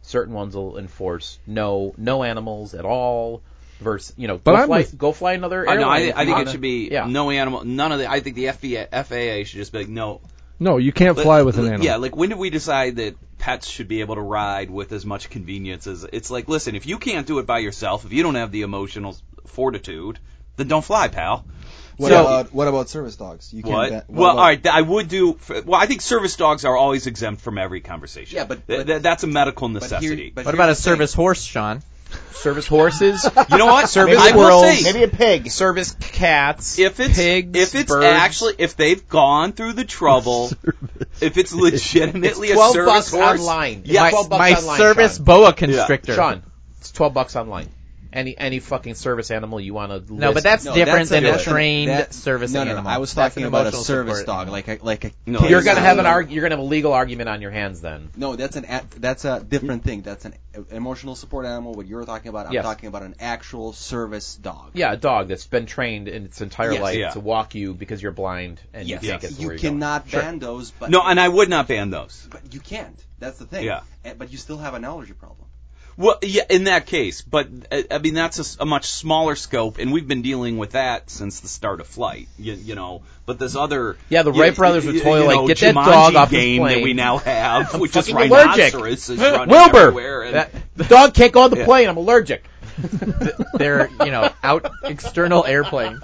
[SPEAKER 2] Certain ones will enforce no no animals at all. Versus, you know,
[SPEAKER 4] But
[SPEAKER 2] go
[SPEAKER 4] I'm
[SPEAKER 2] fly,
[SPEAKER 4] with-
[SPEAKER 2] go fly another
[SPEAKER 6] I,
[SPEAKER 2] airline.
[SPEAKER 6] know, I,
[SPEAKER 2] if
[SPEAKER 6] I
[SPEAKER 2] you
[SPEAKER 6] think it
[SPEAKER 2] wanna-
[SPEAKER 6] should be
[SPEAKER 2] yeah.
[SPEAKER 6] no animal. None of the. I think the FBA, FAA should just be like, no.
[SPEAKER 4] No, you can't
[SPEAKER 6] Let-
[SPEAKER 4] fly with an
[SPEAKER 6] let-
[SPEAKER 4] animal.
[SPEAKER 6] Yeah, like when did we decide that pets should be able to ride with as much convenience as? It's like, listen, if you can't do it by yourself, if you don't have the emotional fortitude, then don't fly, pal.
[SPEAKER 8] What
[SPEAKER 6] So-
[SPEAKER 8] about what about service dogs? You
[SPEAKER 6] What?
[SPEAKER 8] ban-
[SPEAKER 6] well,
[SPEAKER 8] about-
[SPEAKER 6] all right. th- I would do. f- Well, I think service dogs are always exempt from every conversation.
[SPEAKER 8] Yeah, but-
[SPEAKER 6] Th-
[SPEAKER 8] but-
[SPEAKER 6] th- that's a medical
[SPEAKER 8] but here-
[SPEAKER 6] necessity.
[SPEAKER 8] but
[SPEAKER 5] What
[SPEAKER 8] here's
[SPEAKER 5] about a
[SPEAKER 8] the thing.
[SPEAKER 5] service horse, Sean?
[SPEAKER 2] service horses,
[SPEAKER 6] You know what?
[SPEAKER 2] Service
[SPEAKER 6] I will
[SPEAKER 2] squirrels.
[SPEAKER 6] say,
[SPEAKER 3] Maybe a pig.
[SPEAKER 2] service cats,
[SPEAKER 6] if it's
[SPEAKER 2] pigs,
[SPEAKER 6] if it's
[SPEAKER 2] birds.
[SPEAKER 6] actually if they've gone through the trouble, if it's legitimately
[SPEAKER 2] It's
[SPEAKER 6] a
[SPEAKER 2] 12
[SPEAKER 6] service
[SPEAKER 2] bucks
[SPEAKER 6] horse,
[SPEAKER 2] online.
[SPEAKER 6] Yeah,
[SPEAKER 2] My-
[SPEAKER 6] well,
[SPEAKER 2] Bucks
[SPEAKER 5] My
[SPEAKER 2] online,
[SPEAKER 5] service
[SPEAKER 2] Sean.
[SPEAKER 5] boa constrictor.
[SPEAKER 2] Sean, it's twelve bucks online. Any any fucking service animal you want to
[SPEAKER 5] No, but that's
[SPEAKER 8] No,
[SPEAKER 5] different
[SPEAKER 8] that's a-
[SPEAKER 5] than a
[SPEAKER 8] that's an-
[SPEAKER 5] trained
[SPEAKER 8] that-
[SPEAKER 5] service
[SPEAKER 8] no, no,
[SPEAKER 5] animal.
[SPEAKER 8] No, I was
[SPEAKER 5] That's
[SPEAKER 8] talking
[SPEAKER 5] an
[SPEAKER 8] about a
[SPEAKER 5] emotional
[SPEAKER 8] service
[SPEAKER 5] support.
[SPEAKER 8] dog, like a, like a.
[SPEAKER 6] No,
[SPEAKER 8] pig
[SPEAKER 2] you're
[SPEAKER 6] it's
[SPEAKER 2] gonna
[SPEAKER 6] not.
[SPEAKER 2] have an arg- you're gonna have a legal argument on your hands then.
[SPEAKER 8] No, that's an a, that's a different thing. That's an emotional support animal. What you're talking about, I'm
[SPEAKER 2] Yes.
[SPEAKER 8] talking about an actual service dog.
[SPEAKER 2] Yeah, a dog that's been trained in its entire
[SPEAKER 8] Yes.
[SPEAKER 2] life
[SPEAKER 6] Yeah.
[SPEAKER 2] to walk you because you're blind and
[SPEAKER 8] Yes.
[SPEAKER 2] you can't get to
[SPEAKER 8] You
[SPEAKER 2] where you're
[SPEAKER 8] cannot
[SPEAKER 2] going. Sure.
[SPEAKER 8] ban those, but
[SPEAKER 6] no, and I would not ban those.
[SPEAKER 8] but you can't. That's the thing.
[SPEAKER 6] Yeah.
[SPEAKER 8] Eh, But you still have an allergy problem.
[SPEAKER 6] Well, yeah, in that case, but uh, I mean that's a s- a, much smaller scope, and we've been dealing with that since the start of flight. You, you know, but this other
[SPEAKER 2] Yeah, the
[SPEAKER 6] you-
[SPEAKER 2] Wright brothers
[SPEAKER 6] you-
[SPEAKER 2] would totally
[SPEAKER 6] you
[SPEAKER 2] like,
[SPEAKER 6] know,
[SPEAKER 2] "Get that
[SPEAKER 6] Jumanji
[SPEAKER 2] dog off this
[SPEAKER 6] game that
[SPEAKER 2] plane."
[SPEAKER 6] we now have, which is
[SPEAKER 2] fucking allergic.
[SPEAKER 6] rhinoceros is running everywhere.
[SPEAKER 2] Wilbur,
[SPEAKER 6] And,
[SPEAKER 2] that, the dog can't go on the
[SPEAKER 6] Yeah.
[SPEAKER 2] plane. I'm allergic.
[SPEAKER 5] They're you know out external airplane.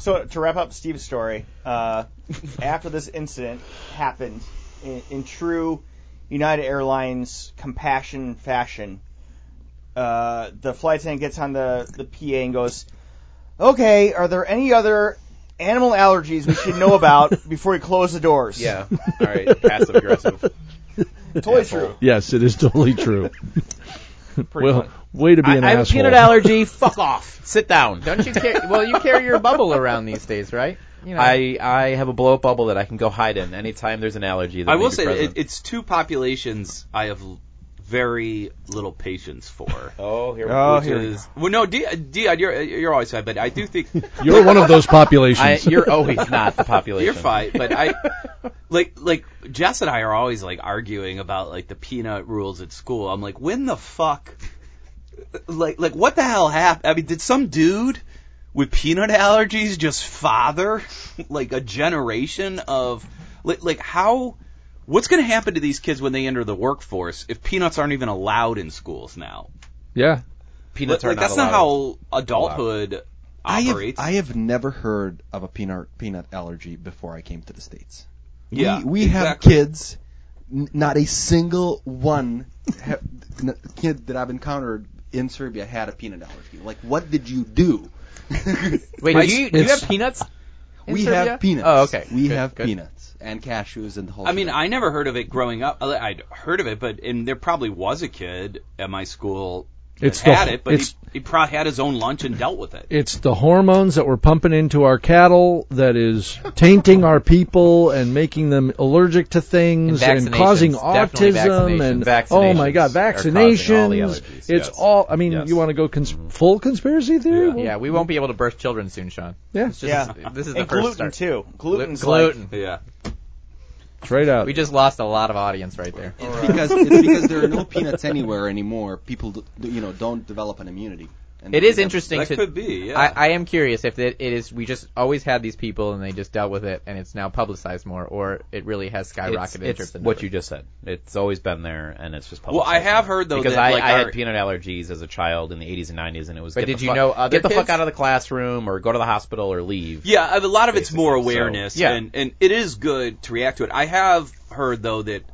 [SPEAKER 3] So to wrap up Steve's story, uh, after this incident happened, in, in true United Airlines compassion fashion, uh, the flight attendant gets on the, the PA and goes, "Okay, are there any other animal allergies we should know about before we close the doors?"
[SPEAKER 2] Yeah. All right. Passive aggressive.
[SPEAKER 3] totally true.
[SPEAKER 4] Yes, it is totally true.
[SPEAKER 3] Pretty
[SPEAKER 4] well,
[SPEAKER 3] funny.
[SPEAKER 4] way to be
[SPEAKER 2] I,
[SPEAKER 4] an
[SPEAKER 2] I have a
[SPEAKER 4] asshole.
[SPEAKER 2] peanut allergy. Fuck off. Sit down.
[SPEAKER 5] Don't you carry? Well, you carry your bubble around these days, right? You know.
[SPEAKER 2] I I have a blow up bubble that I can go hide in anytime there's an allergy. That
[SPEAKER 6] I
[SPEAKER 2] may
[SPEAKER 6] will
[SPEAKER 2] be
[SPEAKER 6] say
[SPEAKER 2] present.
[SPEAKER 6] it, it's two populations I have l- very little patience for.
[SPEAKER 2] oh here.
[SPEAKER 3] Oh,
[SPEAKER 6] which
[SPEAKER 3] here we
[SPEAKER 6] is well, no, D, D, you're you're always fine, but I do think
[SPEAKER 4] You're one of those populations.
[SPEAKER 2] I, you're oh, always not the population.
[SPEAKER 6] you're fine. But I like like Jess and I are always like arguing about like the peanut rules at school. I'm like, when the fuck? Like like what the hell happened? I mean, did some dude with peanut allergies just father like a generation of like like how? What's going to happen to these kids when they enter the workforce if peanuts aren't even allowed in schools now?
[SPEAKER 4] yeah.
[SPEAKER 2] Peanuts
[SPEAKER 6] like,
[SPEAKER 2] are
[SPEAKER 6] that's
[SPEAKER 2] not
[SPEAKER 6] not
[SPEAKER 2] allowed.
[SPEAKER 6] how adulthood
[SPEAKER 8] I have,
[SPEAKER 6] operates.
[SPEAKER 8] I have never heard of a peanut peanut allergy before I came to the states.
[SPEAKER 6] yeah,
[SPEAKER 8] we, we have
[SPEAKER 6] exactly.
[SPEAKER 8] kids. N- not a single one ha- n- kid that I've encountered in Serbia had a peanut allergy. Like, what did you do?
[SPEAKER 5] Wait,
[SPEAKER 6] My-
[SPEAKER 5] do you, do you
[SPEAKER 4] it's-
[SPEAKER 5] have peanuts? in
[SPEAKER 8] we
[SPEAKER 5] Serbia?
[SPEAKER 8] have peanuts.
[SPEAKER 5] Oh, okay.
[SPEAKER 8] We
[SPEAKER 5] Good,
[SPEAKER 8] have
[SPEAKER 5] good.
[SPEAKER 8] peanuts and cashews and the whole.
[SPEAKER 6] I mean,
[SPEAKER 8] shebang.
[SPEAKER 6] I never heard of it growing up. I- I'd heard of it, but and there probably was a kid at my school that
[SPEAKER 4] It's the-
[SPEAKER 6] had it, but he,
[SPEAKER 4] it's-
[SPEAKER 6] he probably had his own lunch and dealt with it.
[SPEAKER 4] It's the hormones that we're pumping into our cattle that is tainting our people and making them allergic to things
[SPEAKER 5] And
[SPEAKER 4] and, causing
[SPEAKER 5] vaccinations, definitely
[SPEAKER 4] autism and
[SPEAKER 2] vaccinations.
[SPEAKER 4] oh my god,
[SPEAKER 2] Vaccinations are causing all the
[SPEAKER 4] vaccinations.
[SPEAKER 2] allergies,
[SPEAKER 4] It's
[SPEAKER 2] yes.
[SPEAKER 4] all. I mean,
[SPEAKER 2] Yes.
[SPEAKER 4] you want to go cons- full conspiracy theory? Well,
[SPEAKER 5] Yeah, we won't be able to birth children soon, Sean.
[SPEAKER 4] Yeah.
[SPEAKER 5] It's just,
[SPEAKER 3] Yeah.
[SPEAKER 5] This is the
[SPEAKER 3] And
[SPEAKER 5] first start.
[SPEAKER 3] gluten too.
[SPEAKER 5] Glu-
[SPEAKER 3] Gluten's
[SPEAKER 5] gluten.
[SPEAKER 6] Yeah,
[SPEAKER 4] It's right out.
[SPEAKER 5] we just lost a lot of audience right there.
[SPEAKER 8] It's because it's because there are no peanuts anywhere anymore. People, d- d- you know, don't develop an immunity. And
[SPEAKER 5] It is
[SPEAKER 8] they have-
[SPEAKER 5] interesting
[SPEAKER 6] that
[SPEAKER 5] to.
[SPEAKER 6] could be. Yeah,
[SPEAKER 5] I, I am curious if it, it is. We just always had these people and they just dealt with it, and it's now publicized more, or it really has skyrocketed
[SPEAKER 2] It's,
[SPEAKER 5] interest.
[SPEAKER 2] it's
[SPEAKER 5] in
[SPEAKER 2] what you just said. It's always been there, and it's just
[SPEAKER 6] Well,
[SPEAKER 2] public.
[SPEAKER 6] I have heard, though,
[SPEAKER 2] because
[SPEAKER 6] that,
[SPEAKER 2] I,
[SPEAKER 6] like,
[SPEAKER 2] I
[SPEAKER 6] our-
[SPEAKER 2] had peanut allergies as a child in the 80s and 90s, and it was.
[SPEAKER 5] But
[SPEAKER 2] get
[SPEAKER 5] did
[SPEAKER 2] the
[SPEAKER 5] you
[SPEAKER 2] fuck-
[SPEAKER 5] know other
[SPEAKER 2] Get the fuck
[SPEAKER 5] kids?
[SPEAKER 2] out of the classroom, or go to the hospital, or leave.
[SPEAKER 6] yeah. I- A lot of it's more
[SPEAKER 2] Basically, so,
[SPEAKER 6] awareness,
[SPEAKER 2] yeah.
[SPEAKER 6] and and it is good to react to it. I have heard though that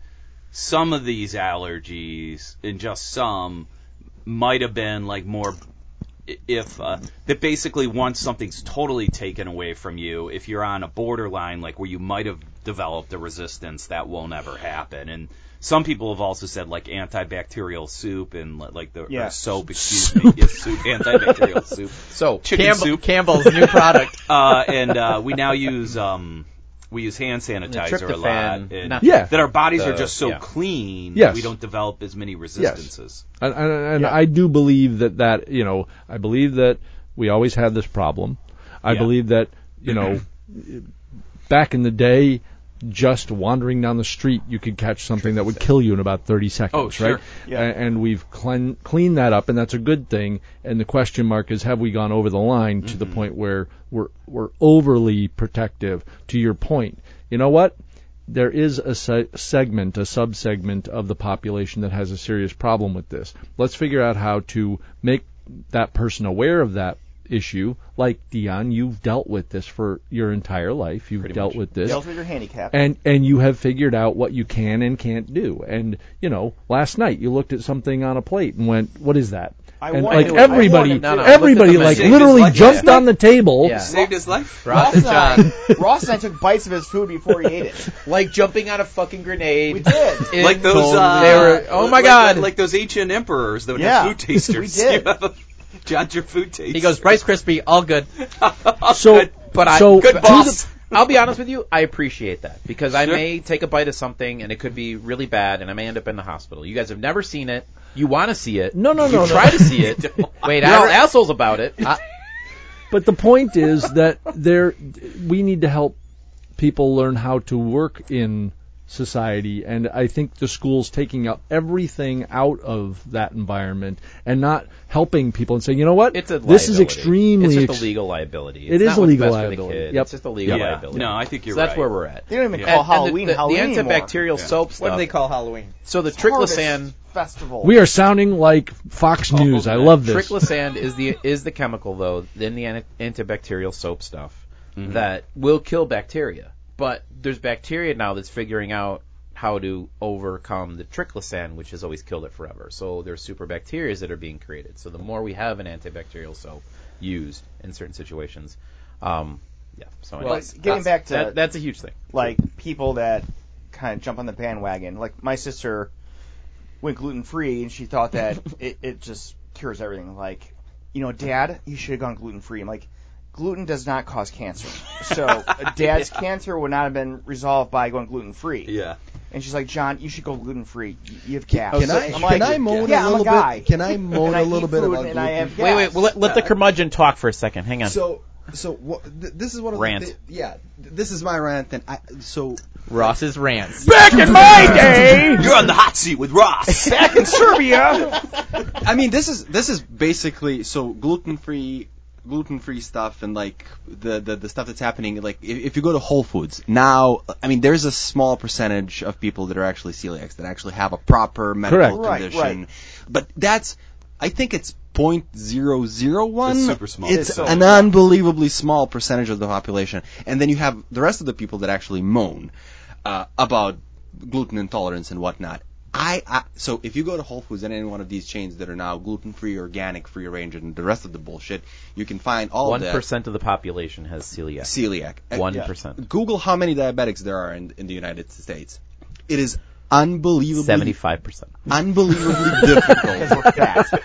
[SPEAKER 6] some of these allergies, and just some, might have been like more i- if uh, that basically once something's totally taken away from you, if you're on a borderline like where you might have developed a resistance, that won't ever happen. And some people have also said like antibacterial soup and li- like the or
[SPEAKER 3] Yeah.
[SPEAKER 6] soap, excuse me, yeah, soup, antibacterial soup,
[SPEAKER 5] So
[SPEAKER 6] chicken
[SPEAKER 5] Campbell-
[SPEAKER 6] soup.
[SPEAKER 5] Campbell's new product.
[SPEAKER 6] uh, and uh, we now use um, we use hand sanitizer a lot.
[SPEAKER 2] tryptophan,
[SPEAKER 6] And
[SPEAKER 2] not-
[SPEAKER 4] Yeah.
[SPEAKER 6] That our bodies
[SPEAKER 2] The-
[SPEAKER 6] are just so
[SPEAKER 2] yeah.
[SPEAKER 6] clean,
[SPEAKER 4] Yes.
[SPEAKER 6] we don't develop as many resistances.
[SPEAKER 4] And, and, and I do believe that that you know I believe that we always had this problem. I
[SPEAKER 6] Yeah.
[SPEAKER 4] believe that you know back in the day, just wandering down the street, you could catch something that would kill you in about 30 seconds,
[SPEAKER 6] Oh, sure.
[SPEAKER 4] right?
[SPEAKER 3] Yeah.
[SPEAKER 4] A- And, we've clean, cleaned that up, and that's a good thing. And the question mark is, have we gone over the line to the
[SPEAKER 6] Mm-hmm.
[SPEAKER 4] point where we're we're overly protective? To your point, you know what? there is a se- segment, a subsegment of the population that has a serious problem with this. Let's figure out how to make that person aware of that issue. Like Dion, you've dealt with this for your entire life. You've dealt with this
[SPEAKER 3] Dealt with your handicap.
[SPEAKER 4] and and you have figured out what you can and can't do. And you know, last night you looked at something on a plate and went, "What is that?"
[SPEAKER 3] I
[SPEAKER 4] and
[SPEAKER 3] want
[SPEAKER 4] like
[SPEAKER 3] to- I
[SPEAKER 4] everybody,
[SPEAKER 3] want to-
[SPEAKER 2] No, no,
[SPEAKER 4] everybody
[SPEAKER 2] look at
[SPEAKER 4] like
[SPEAKER 2] the
[SPEAKER 6] menu.
[SPEAKER 4] literally
[SPEAKER 6] Just like-
[SPEAKER 4] jumped on the table.
[SPEAKER 2] Yeah.
[SPEAKER 6] Saved his life.
[SPEAKER 2] Ross and John,
[SPEAKER 3] Ross and I took bites of his food before he ate it.
[SPEAKER 2] like jumping on a fucking grenade.
[SPEAKER 3] We did.
[SPEAKER 2] In
[SPEAKER 6] like those,
[SPEAKER 2] Golden-
[SPEAKER 6] uh,
[SPEAKER 2] they were, oh my
[SPEAKER 6] like-
[SPEAKER 2] god!
[SPEAKER 6] like, those ancient emperors that would
[SPEAKER 3] Yeah.
[SPEAKER 6] have food tasters.
[SPEAKER 3] We did.
[SPEAKER 6] You have a- John, your food taster.
[SPEAKER 5] He goes Rice Krispie, all good.
[SPEAKER 4] So,
[SPEAKER 2] but I,
[SPEAKER 4] so
[SPEAKER 2] good
[SPEAKER 4] to
[SPEAKER 2] boss. I'll be honest with you, I appreciate that because I
[SPEAKER 6] Sure.
[SPEAKER 2] may take a bite of something and it could be really bad, and I may end up in the hospital. You guys have never seen it. You want to see it?
[SPEAKER 4] No, no,
[SPEAKER 2] you
[SPEAKER 4] no, no.
[SPEAKER 2] Try to see it. Wait, Al, assholes about it. I,
[SPEAKER 4] But the point is that there, we need to help people learn how to work in society, and I think the school's taking up everything out of that environment and not helping people and saying, you know what,
[SPEAKER 2] it's a
[SPEAKER 4] this is
[SPEAKER 2] liability.
[SPEAKER 4] extremely.
[SPEAKER 2] It's just
[SPEAKER 4] ex-
[SPEAKER 2] a legal liability.
[SPEAKER 4] It
[SPEAKER 2] It's
[SPEAKER 4] is
[SPEAKER 2] not
[SPEAKER 4] a
[SPEAKER 2] what's
[SPEAKER 4] legal
[SPEAKER 2] best for the
[SPEAKER 4] liability.
[SPEAKER 2] kid.
[SPEAKER 4] Yep.
[SPEAKER 2] It's just a legal
[SPEAKER 4] Yeah.
[SPEAKER 2] liability.
[SPEAKER 6] No, I think you're
[SPEAKER 2] so that's
[SPEAKER 6] right.
[SPEAKER 2] where we're at.
[SPEAKER 3] They don't even
[SPEAKER 6] Yeah.
[SPEAKER 2] And-
[SPEAKER 3] call
[SPEAKER 2] and the-
[SPEAKER 3] Halloween
[SPEAKER 2] the,
[SPEAKER 3] Halloween
[SPEAKER 2] the
[SPEAKER 3] anymore.
[SPEAKER 2] antibacterial
[SPEAKER 6] Yeah.
[SPEAKER 2] soap
[SPEAKER 5] What do
[SPEAKER 2] stuff.
[SPEAKER 5] they call Halloween?
[SPEAKER 2] so the
[SPEAKER 3] It's Harvest
[SPEAKER 2] triclosan
[SPEAKER 3] festival.
[SPEAKER 4] we are sounding like
[SPEAKER 2] Oh,
[SPEAKER 4] Fox News. I love this.
[SPEAKER 2] Triclosan is the is the chemical though in the anti- antibacterial soap stuff that will kill bacteria. But there's bacteria now that's figuring out how to overcome the triclosan, which has always killed it forever. So there's super bacteria that are being created. So the more we have an antibacterial soap used in certain situations, um, yeah. So anyway,
[SPEAKER 3] But getting
[SPEAKER 2] that's-
[SPEAKER 3] back to-
[SPEAKER 2] that, that's a huge thing.
[SPEAKER 3] like people that kind of jump on the bandwagon. Like my sister went gluten free and she thought that it, it just cures everything. Like, you know, Dad, you should have gone gluten free. I'm like, gluten does not cause cancer. So Dad's cancer would not have been resolved by going gluten free.
[SPEAKER 6] Yeah.
[SPEAKER 3] And she's like, John, you should go gluten free. You have gas.
[SPEAKER 8] Can I
[SPEAKER 3] I'm
[SPEAKER 8] can
[SPEAKER 3] like,
[SPEAKER 8] I moan
[SPEAKER 3] yeah,
[SPEAKER 8] a little
[SPEAKER 3] I'm a guy.
[SPEAKER 8] bit? Can I moan
[SPEAKER 3] and I
[SPEAKER 8] a little
[SPEAKER 3] eat
[SPEAKER 8] bit
[SPEAKER 3] food
[SPEAKER 8] about
[SPEAKER 3] and I
[SPEAKER 8] gluten?
[SPEAKER 3] have
[SPEAKER 2] Wait,
[SPEAKER 3] gas.
[SPEAKER 2] wait. Let, let the curmudgeon talk for a second. Hang on.
[SPEAKER 8] So, so what, th- this is one of
[SPEAKER 2] Rant.
[SPEAKER 8] the thi- yeah. th- This is my rant. Then I so
[SPEAKER 5] Ross's rants.
[SPEAKER 2] back in my day.
[SPEAKER 6] You're on the hot seat with Ross.
[SPEAKER 3] back in Serbia.
[SPEAKER 8] I mean this is this is basically so gluten free gluten free stuff and like the, the the stuff that's happening like if, if you go to Whole Foods now I mean there's a small percentage of people that are actually celiacs that actually have a proper medical
[SPEAKER 3] Correct. Right,
[SPEAKER 8] condition but that's I think it's point zero zero one.
[SPEAKER 6] It's super small.
[SPEAKER 8] It's
[SPEAKER 6] It's so
[SPEAKER 8] an
[SPEAKER 6] small.
[SPEAKER 8] unbelievably small percentage of the population, and then you have the rest of the people that actually moan uh, about gluten intolerance and whatnot. I, I so if you go to Whole Foods and any one of these chains that are now gluten free, organic, free range, and the rest of the bullshit, you can find all
[SPEAKER 2] One
[SPEAKER 8] of that
[SPEAKER 2] percent of the population has celiac.
[SPEAKER 8] celiac. Uh,
[SPEAKER 2] One
[SPEAKER 3] yeah.
[SPEAKER 2] percent.
[SPEAKER 8] Google how many diabetics there are in, in the United States. It is unbelievably
[SPEAKER 2] Seventy-five percent.
[SPEAKER 8] unbelievably difficult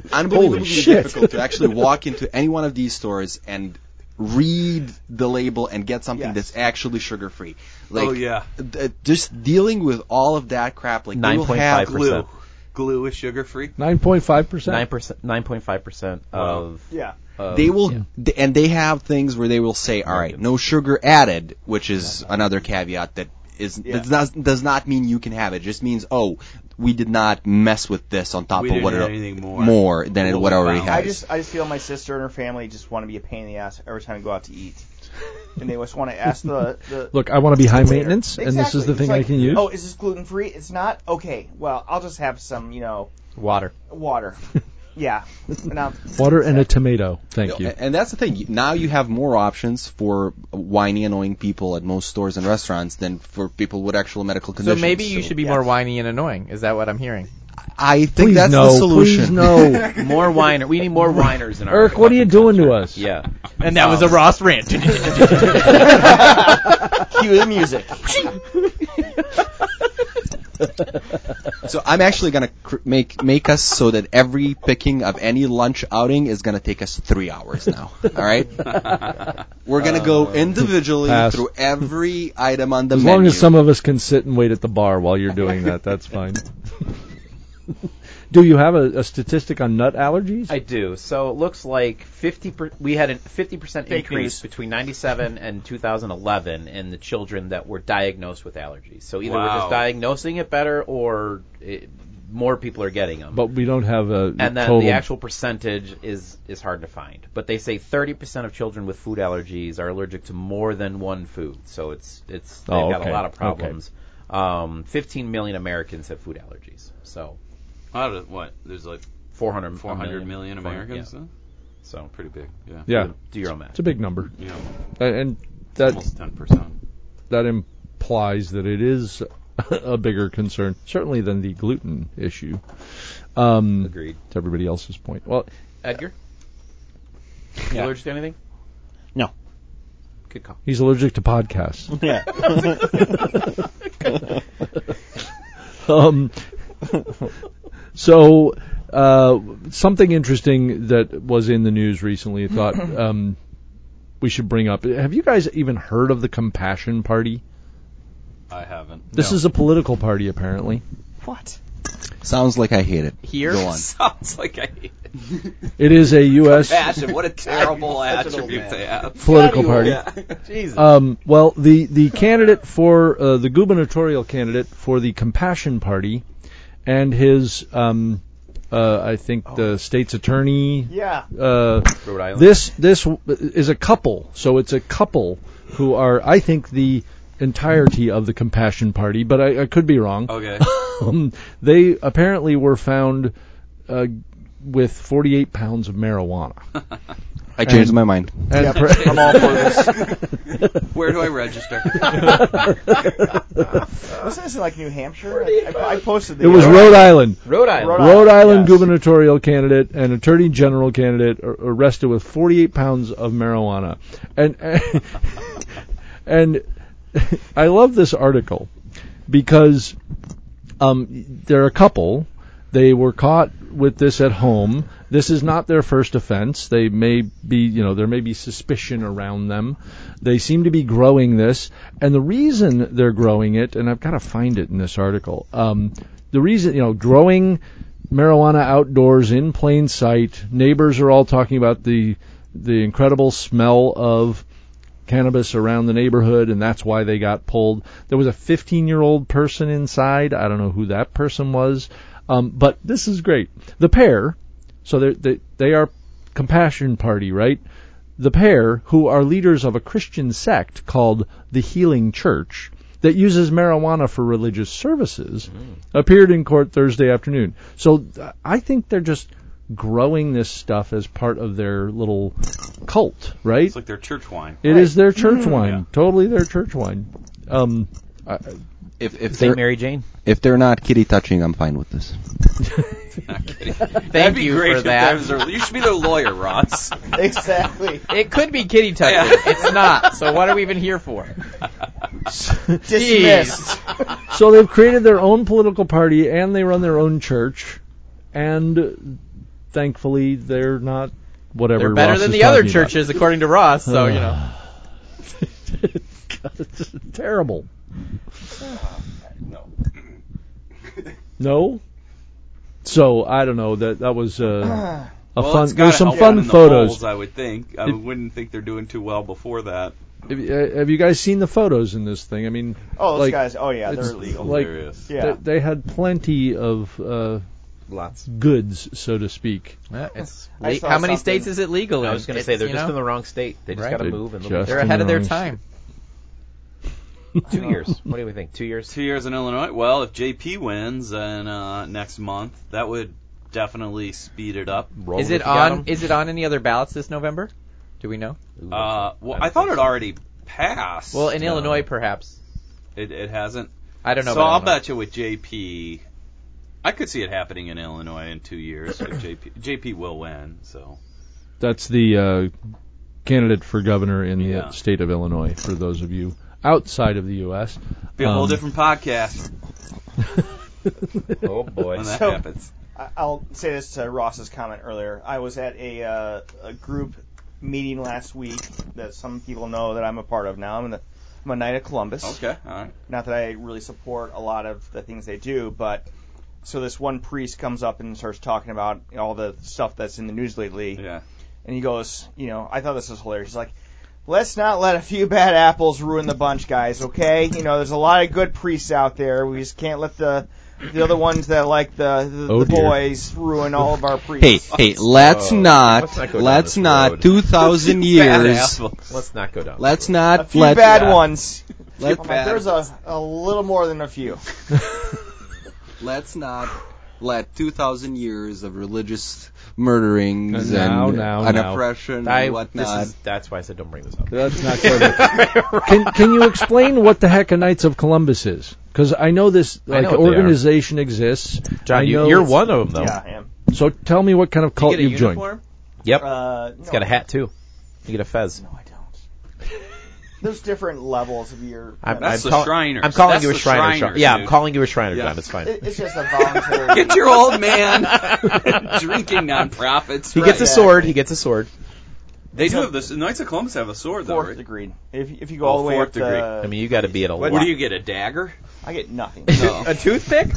[SPEAKER 8] unbelievably
[SPEAKER 4] shit.
[SPEAKER 8] difficult to actually walk into any one of these stores and read the label and get something
[SPEAKER 3] Yes.
[SPEAKER 8] that's actually sugar free. Like,
[SPEAKER 6] oh yeah.
[SPEAKER 8] th- uh, just dealing with all of that crap. Like,
[SPEAKER 2] Nine
[SPEAKER 8] you'll
[SPEAKER 2] point
[SPEAKER 8] have
[SPEAKER 2] five
[SPEAKER 6] Glue.
[SPEAKER 2] percent.
[SPEAKER 6] Glue is sugar free.
[SPEAKER 4] Nine point five percent.
[SPEAKER 2] Nine percent. Nine point five percent of.
[SPEAKER 3] Yeah.
[SPEAKER 2] of-
[SPEAKER 8] They will, th- and they have things where they will say, "All right, no sugar added," which is another caveat that is
[SPEAKER 3] Yeah.
[SPEAKER 8] does not does not mean you can have it. it. Just means, oh, we did not mess with this on top
[SPEAKER 6] We
[SPEAKER 8] of
[SPEAKER 6] didn't
[SPEAKER 8] what
[SPEAKER 6] add
[SPEAKER 8] it,
[SPEAKER 6] anything more.
[SPEAKER 8] than
[SPEAKER 6] What
[SPEAKER 8] what
[SPEAKER 6] we
[SPEAKER 8] already
[SPEAKER 6] found.
[SPEAKER 8] has.
[SPEAKER 3] I just I just feel my sister and her family just want to be a pain in the ass every time we go out to eat, and they just want to ask the, the
[SPEAKER 4] Look, I want to be high
[SPEAKER 3] waiter.
[SPEAKER 4] maintenance, and this is
[SPEAKER 3] Exactly.
[SPEAKER 4] the
[SPEAKER 3] It's
[SPEAKER 4] thing
[SPEAKER 3] like,
[SPEAKER 4] I can use.
[SPEAKER 3] Oh, is this gluten free? It's not. Okay, well I'll just have some you know
[SPEAKER 5] Water.
[SPEAKER 3] water. yeah, and I'm,
[SPEAKER 4] Water and a tomato. Thank
[SPEAKER 8] No,
[SPEAKER 3] eh,
[SPEAKER 4] you.
[SPEAKER 8] a- And that's the thing. You- Now you have more options for whiny, annoying people at most stores and restaurants than for people with actual medical
[SPEAKER 5] So
[SPEAKER 8] conditions.
[SPEAKER 5] maybe you
[SPEAKER 8] So
[SPEAKER 5] should be more whiny and annoying. Is that what I'm hearing?
[SPEAKER 8] I think
[SPEAKER 4] Please
[SPEAKER 8] that's
[SPEAKER 4] no.
[SPEAKER 8] the solution.
[SPEAKER 4] Please no.
[SPEAKER 2] more winer. We need more winers in our.
[SPEAKER 4] Eric, what are you
[SPEAKER 2] fucking
[SPEAKER 4] doing to
[SPEAKER 2] country.
[SPEAKER 4] us?
[SPEAKER 2] Yeah.
[SPEAKER 5] And that was a Ross rant.
[SPEAKER 3] cue the music.
[SPEAKER 8] So I'm actually gonna cr- make make us so that every picking of any lunch outing is gonna take us three hours now. All right. We're gonna go
[SPEAKER 5] Uh,
[SPEAKER 8] individually
[SPEAKER 4] pass.
[SPEAKER 8] through every item on the
[SPEAKER 4] As
[SPEAKER 8] menu.
[SPEAKER 4] long as some of us can sit and wait at the bar while you're doing that, that's fine. Do you have a, a statistic on nut allergies?
[SPEAKER 2] I do. So it looks like fifty. Per, we had a fifty percent
[SPEAKER 3] Fake
[SPEAKER 2] increase
[SPEAKER 3] news.
[SPEAKER 2] between ninety-seven and two thousand eleven in the children that were diagnosed with allergies. So either we're
[SPEAKER 6] Wow.
[SPEAKER 2] just diagnosing it better, or it, more people are getting them.
[SPEAKER 4] but we don't have a
[SPEAKER 2] and then
[SPEAKER 4] total.
[SPEAKER 2] the actual percentage is is hard to find. But they say 30% of children with food allergies are allergic to more than one food, so it's it's they've
[SPEAKER 4] Oh,
[SPEAKER 2] got
[SPEAKER 4] okay.
[SPEAKER 2] a lot of
[SPEAKER 4] Okay.
[SPEAKER 2] problems. Um, 15 million Americans have food allergies, so
[SPEAKER 6] Out of what? There's like
[SPEAKER 2] 400
[SPEAKER 6] 400 million Americans.
[SPEAKER 2] Yeah.
[SPEAKER 6] huh?
[SPEAKER 2] So
[SPEAKER 6] Pretty big. Yeah.
[SPEAKER 4] yeah,
[SPEAKER 2] do your own math.
[SPEAKER 4] it's a big number,
[SPEAKER 6] Yeah.
[SPEAKER 4] A- and that
[SPEAKER 6] Almost 10 percent.
[SPEAKER 4] that implies that it is a bigger concern, certainly than the gluten issue. Um,
[SPEAKER 2] Agreed.
[SPEAKER 4] to everybody else's point. Well,
[SPEAKER 5] Edgar, you
[SPEAKER 9] Yeah.
[SPEAKER 5] allergic to anything?
[SPEAKER 9] No.
[SPEAKER 5] Good call.
[SPEAKER 4] he's allergic to podcasts.
[SPEAKER 9] Yeah.
[SPEAKER 4] um, so uh, something interesting that was in the news recently, I thought um, we should bring up. Have you guys even heard of the Compassion Party?
[SPEAKER 6] I haven't.
[SPEAKER 4] This is a political party, apparently.
[SPEAKER 6] What?
[SPEAKER 8] Sounds like I hate it.
[SPEAKER 5] Here?
[SPEAKER 8] Go on.
[SPEAKER 6] Sounds like I hate it.
[SPEAKER 4] It is a U.S.
[SPEAKER 6] Passion, what a terrible attribute to have.
[SPEAKER 4] political party.
[SPEAKER 5] Jesus.
[SPEAKER 4] Um, well, the, the candidate for uh, the gubernatorial candidate for the Compassion Party, and his um, uh, I think the state's attorney.
[SPEAKER 3] Yeah.
[SPEAKER 4] Uh,
[SPEAKER 2] Rhode Island.
[SPEAKER 4] this this w- is a couple, so it's a couple who are I think the entirety of the Compassion Party, but I, I could be wrong.
[SPEAKER 6] Okay.
[SPEAKER 4] Um, they apparently were found uh, with 48 pounds of marijuana.
[SPEAKER 8] I changed my mind.
[SPEAKER 4] And per-
[SPEAKER 3] I'm all for this.
[SPEAKER 6] Where do I register?
[SPEAKER 3] Wasn't this in like New Hampshire? I, I, I posted the
[SPEAKER 4] it was Rhode Island.
[SPEAKER 2] Rhode Island.
[SPEAKER 3] Rhode
[SPEAKER 4] Rhode Island
[SPEAKER 3] yes.
[SPEAKER 4] gubernatorial candidate and attorney general candidate ar- arrested with 48 pounds of marijuana. And and I love this article because um, they're a couple. They were caught with this at home. This is not their first offense. They may be, you know, there may be suspicion around them. They seem to be growing this, and the reason they're growing it, and I've got to find it in this article. Um, the reason, you know, growing marijuana outdoors in plain sight. Neighbors are all talking about the the incredible smell of cannabis around the neighborhood, and that's why they got pulled. There was a 15 year old person inside. I don't know who that person was, um, but this is great. The pair, so they're- they they are compassion party, right? The pair, who are leaders of a Christian sect called the Healing Church that uses marijuana for religious services,
[SPEAKER 6] Mm.
[SPEAKER 4] appeared in court Thursday afternoon. So th- I think they're just growing this stuff as part of their little cult, right?
[SPEAKER 6] It's like their church wine.
[SPEAKER 4] It is their
[SPEAKER 3] Mm.
[SPEAKER 4] church wine,
[SPEAKER 6] Yeah.
[SPEAKER 4] totally their church wine. Um, I,
[SPEAKER 8] If if
[SPEAKER 2] St.
[SPEAKER 8] they're
[SPEAKER 2] Mary Jane.
[SPEAKER 8] if they're not kitty touching, I'm fine with this.
[SPEAKER 5] Thank you for that.
[SPEAKER 6] you should be their lawyer, Ross.
[SPEAKER 3] Exactly.
[SPEAKER 5] It could be kitty touching. It's not. So what are we even here for?
[SPEAKER 3] Dismissed.
[SPEAKER 4] so they've created their own political party and they run their own church, and thankfully they're not whatever.
[SPEAKER 5] They're better
[SPEAKER 4] Ross
[SPEAKER 5] than
[SPEAKER 4] is
[SPEAKER 5] the other
[SPEAKER 4] talking about. Uh,
[SPEAKER 5] churches, according to Ross. So you know.
[SPEAKER 4] It's just terrible.
[SPEAKER 6] No.
[SPEAKER 4] No. So I don't know that that was uh, a
[SPEAKER 6] Well, it's gotta
[SPEAKER 4] fun. There's some
[SPEAKER 6] help
[SPEAKER 4] fun
[SPEAKER 6] in the
[SPEAKER 4] photos.
[SPEAKER 6] polls, I would think. I wouldn't think they're doing too well before that.
[SPEAKER 4] Have you- uh, have you guys seen the photos in this thing? I mean,
[SPEAKER 3] Oh, those
[SPEAKER 4] like,
[SPEAKER 3] guys. Oh yeah,
[SPEAKER 4] it's
[SPEAKER 3] they're legal.
[SPEAKER 4] Like,
[SPEAKER 6] Hilarious.
[SPEAKER 4] they-
[SPEAKER 3] yeah.
[SPEAKER 4] they had plenty of uh,
[SPEAKER 2] Lots.
[SPEAKER 4] goods, so to speak.
[SPEAKER 5] Yeah, it's
[SPEAKER 3] I
[SPEAKER 5] le-
[SPEAKER 3] saw
[SPEAKER 5] how many
[SPEAKER 3] something-
[SPEAKER 5] states is it legal in?
[SPEAKER 2] I was going to
[SPEAKER 5] It's,
[SPEAKER 2] say they're
[SPEAKER 5] you
[SPEAKER 2] just
[SPEAKER 5] know,
[SPEAKER 2] in the wrong state. They just
[SPEAKER 5] Right.
[SPEAKER 2] got to
[SPEAKER 4] They
[SPEAKER 2] move and look.
[SPEAKER 4] just-
[SPEAKER 2] They're
[SPEAKER 5] they're ahead of their
[SPEAKER 4] wrong
[SPEAKER 5] time.
[SPEAKER 2] two years. What do we think? Two years.
[SPEAKER 6] Two years in Illinois. Well, if JP wins then uh, next month, that would definitely speed it up.
[SPEAKER 2] Roll
[SPEAKER 5] Is
[SPEAKER 2] if
[SPEAKER 5] it
[SPEAKER 2] you got
[SPEAKER 5] on?
[SPEAKER 2] 'em.
[SPEAKER 5] Is it on any other ballots this November? Do we know?
[SPEAKER 2] Ooh,
[SPEAKER 6] Uh, well,
[SPEAKER 2] don't
[SPEAKER 6] I thought
[SPEAKER 2] think
[SPEAKER 6] it
[SPEAKER 2] so.
[SPEAKER 6] already passed.
[SPEAKER 5] Well, in
[SPEAKER 2] No.
[SPEAKER 5] Illinois, perhaps.
[SPEAKER 6] it, it hasn't.
[SPEAKER 5] I don't know.
[SPEAKER 6] So
[SPEAKER 5] about
[SPEAKER 6] I'll
[SPEAKER 5] Illinois.
[SPEAKER 6] bet you with JP, I could see it happening in Illinois in two years. if JP JP will win. So
[SPEAKER 4] That's the uh, candidate for governor in the uh,
[SPEAKER 6] Yeah.
[SPEAKER 4] state of Illinois. For those of you outside of the U.S.,
[SPEAKER 6] be a whole
[SPEAKER 4] Um,
[SPEAKER 6] different podcast
[SPEAKER 2] Oh boy.
[SPEAKER 6] when that
[SPEAKER 3] So-
[SPEAKER 6] happens.
[SPEAKER 3] I- I'll say this to Ross's comment earlier. I was at a, uh, a group meeting last week that some people know that I'm a part of now. I'm, in the, I'm a Knight of Columbus.
[SPEAKER 6] Okay, all right.
[SPEAKER 3] Not that I really support a lot of the things they do, but so this one priest comes up and starts talking about all the stuff that's in the news lately.
[SPEAKER 6] Yeah.
[SPEAKER 3] And he goes, you know, I thought this was hilarious. He's like, let's not let a few bad apples ruin the bunch, guys. Okay, you know, there's a lot of good priests out there. We just can't let the the other ones that like the the,
[SPEAKER 4] Oh,
[SPEAKER 3] the
[SPEAKER 4] dear.
[SPEAKER 3] boys ruin all of our
[SPEAKER 8] Hey,
[SPEAKER 3] priests.
[SPEAKER 8] hey, let's
[SPEAKER 2] Oh,
[SPEAKER 8] not,
[SPEAKER 2] let's not go down
[SPEAKER 8] let's
[SPEAKER 2] this
[SPEAKER 8] not,
[SPEAKER 2] road.
[SPEAKER 8] 2,000
[SPEAKER 6] Bad
[SPEAKER 8] years,
[SPEAKER 6] apples.
[SPEAKER 2] Let's not go down.
[SPEAKER 8] let's
[SPEAKER 3] a
[SPEAKER 8] not,
[SPEAKER 3] few
[SPEAKER 8] let,
[SPEAKER 2] uh,
[SPEAKER 3] bad ones.
[SPEAKER 8] let,
[SPEAKER 3] I'm like, there's a a little more than a few.
[SPEAKER 8] let's not let 2,000 years of religious murderings
[SPEAKER 4] Now,
[SPEAKER 8] and
[SPEAKER 4] now,
[SPEAKER 8] an
[SPEAKER 4] now.
[SPEAKER 8] oppression
[SPEAKER 2] I,
[SPEAKER 8] and
[SPEAKER 2] this
[SPEAKER 8] whatnot.
[SPEAKER 2] is, that's why I said don't bring this up.
[SPEAKER 4] That's not clever. can Can you explain what the heck a Knights of Columbus is? Because I know this
[SPEAKER 2] I
[SPEAKER 4] like
[SPEAKER 2] know what they are.
[SPEAKER 4] organization exists. I
[SPEAKER 2] John, you,
[SPEAKER 4] know-
[SPEAKER 2] you're one of them though.
[SPEAKER 3] Yeah, I am.
[SPEAKER 4] So tell me what kind of cult
[SPEAKER 6] get a
[SPEAKER 4] have joined.
[SPEAKER 6] uniform?
[SPEAKER 2] Yep.
[SPEAKER 3] Uh, no,
[SPEAKER 2] it's got a hat too. You get a fez.
[SPEAKER 3] No, I don't. There's different levels of your.
[SPEAKER 2] I'm,
[SPEAKER 6] That's
[SPEAKER 2] I'm
[SPEAKER 6] the
[SPEAKER 2] call-
[SPEAKER 6] Shriners.
[SPEAKER 2] I'm calling
[SPEAKER 6] That's
[SPEAKER 2] you a
[SPEAKER 6] the
[SPEAKER 2] Shriner. John.
[SPEAKER 6] Shriners,
[SPEAKER 2] Yeah, I'm
[SPEAKER 6] dude.
[SPEAKER 2] calling you a Shriner,
[SPEAKER 6] Yeah.
[SPEAKER 2] John. It's fine.
[SPEAKER 3] It- it's just a voluntary.
[SPEAKER 6] Get your old man drinking nonprofits.
[SPEAKER 2] he
[SPEAKER 6] right.
[SPEAKER 2] gets a sword. He gets a sword.
[SPEAKER 6] They do have this. The Knights of Columbus have a sword, though,
[SPEAKER 3] fourth
[SPEAKER 6] right?
[SPEAKER 3] degree. If if you go
[SPEAKER 6] Oh,
[SPEAKER 3] all the way
[SPEAKER 6] fourth
[SPEAKER 3] up to, uh,
[SPEAKER 6] degree.
[SPEAKER 2] I mean, you got to be at a
[SPEAKER 6] What,
[SPEAKER 2] lot.
[SPEAKER 6] do you get? A dagger?
[SPEAKER 3] I get nothing.
[SPEAKER 6] No.
[SPEAKER 2] a toothpick?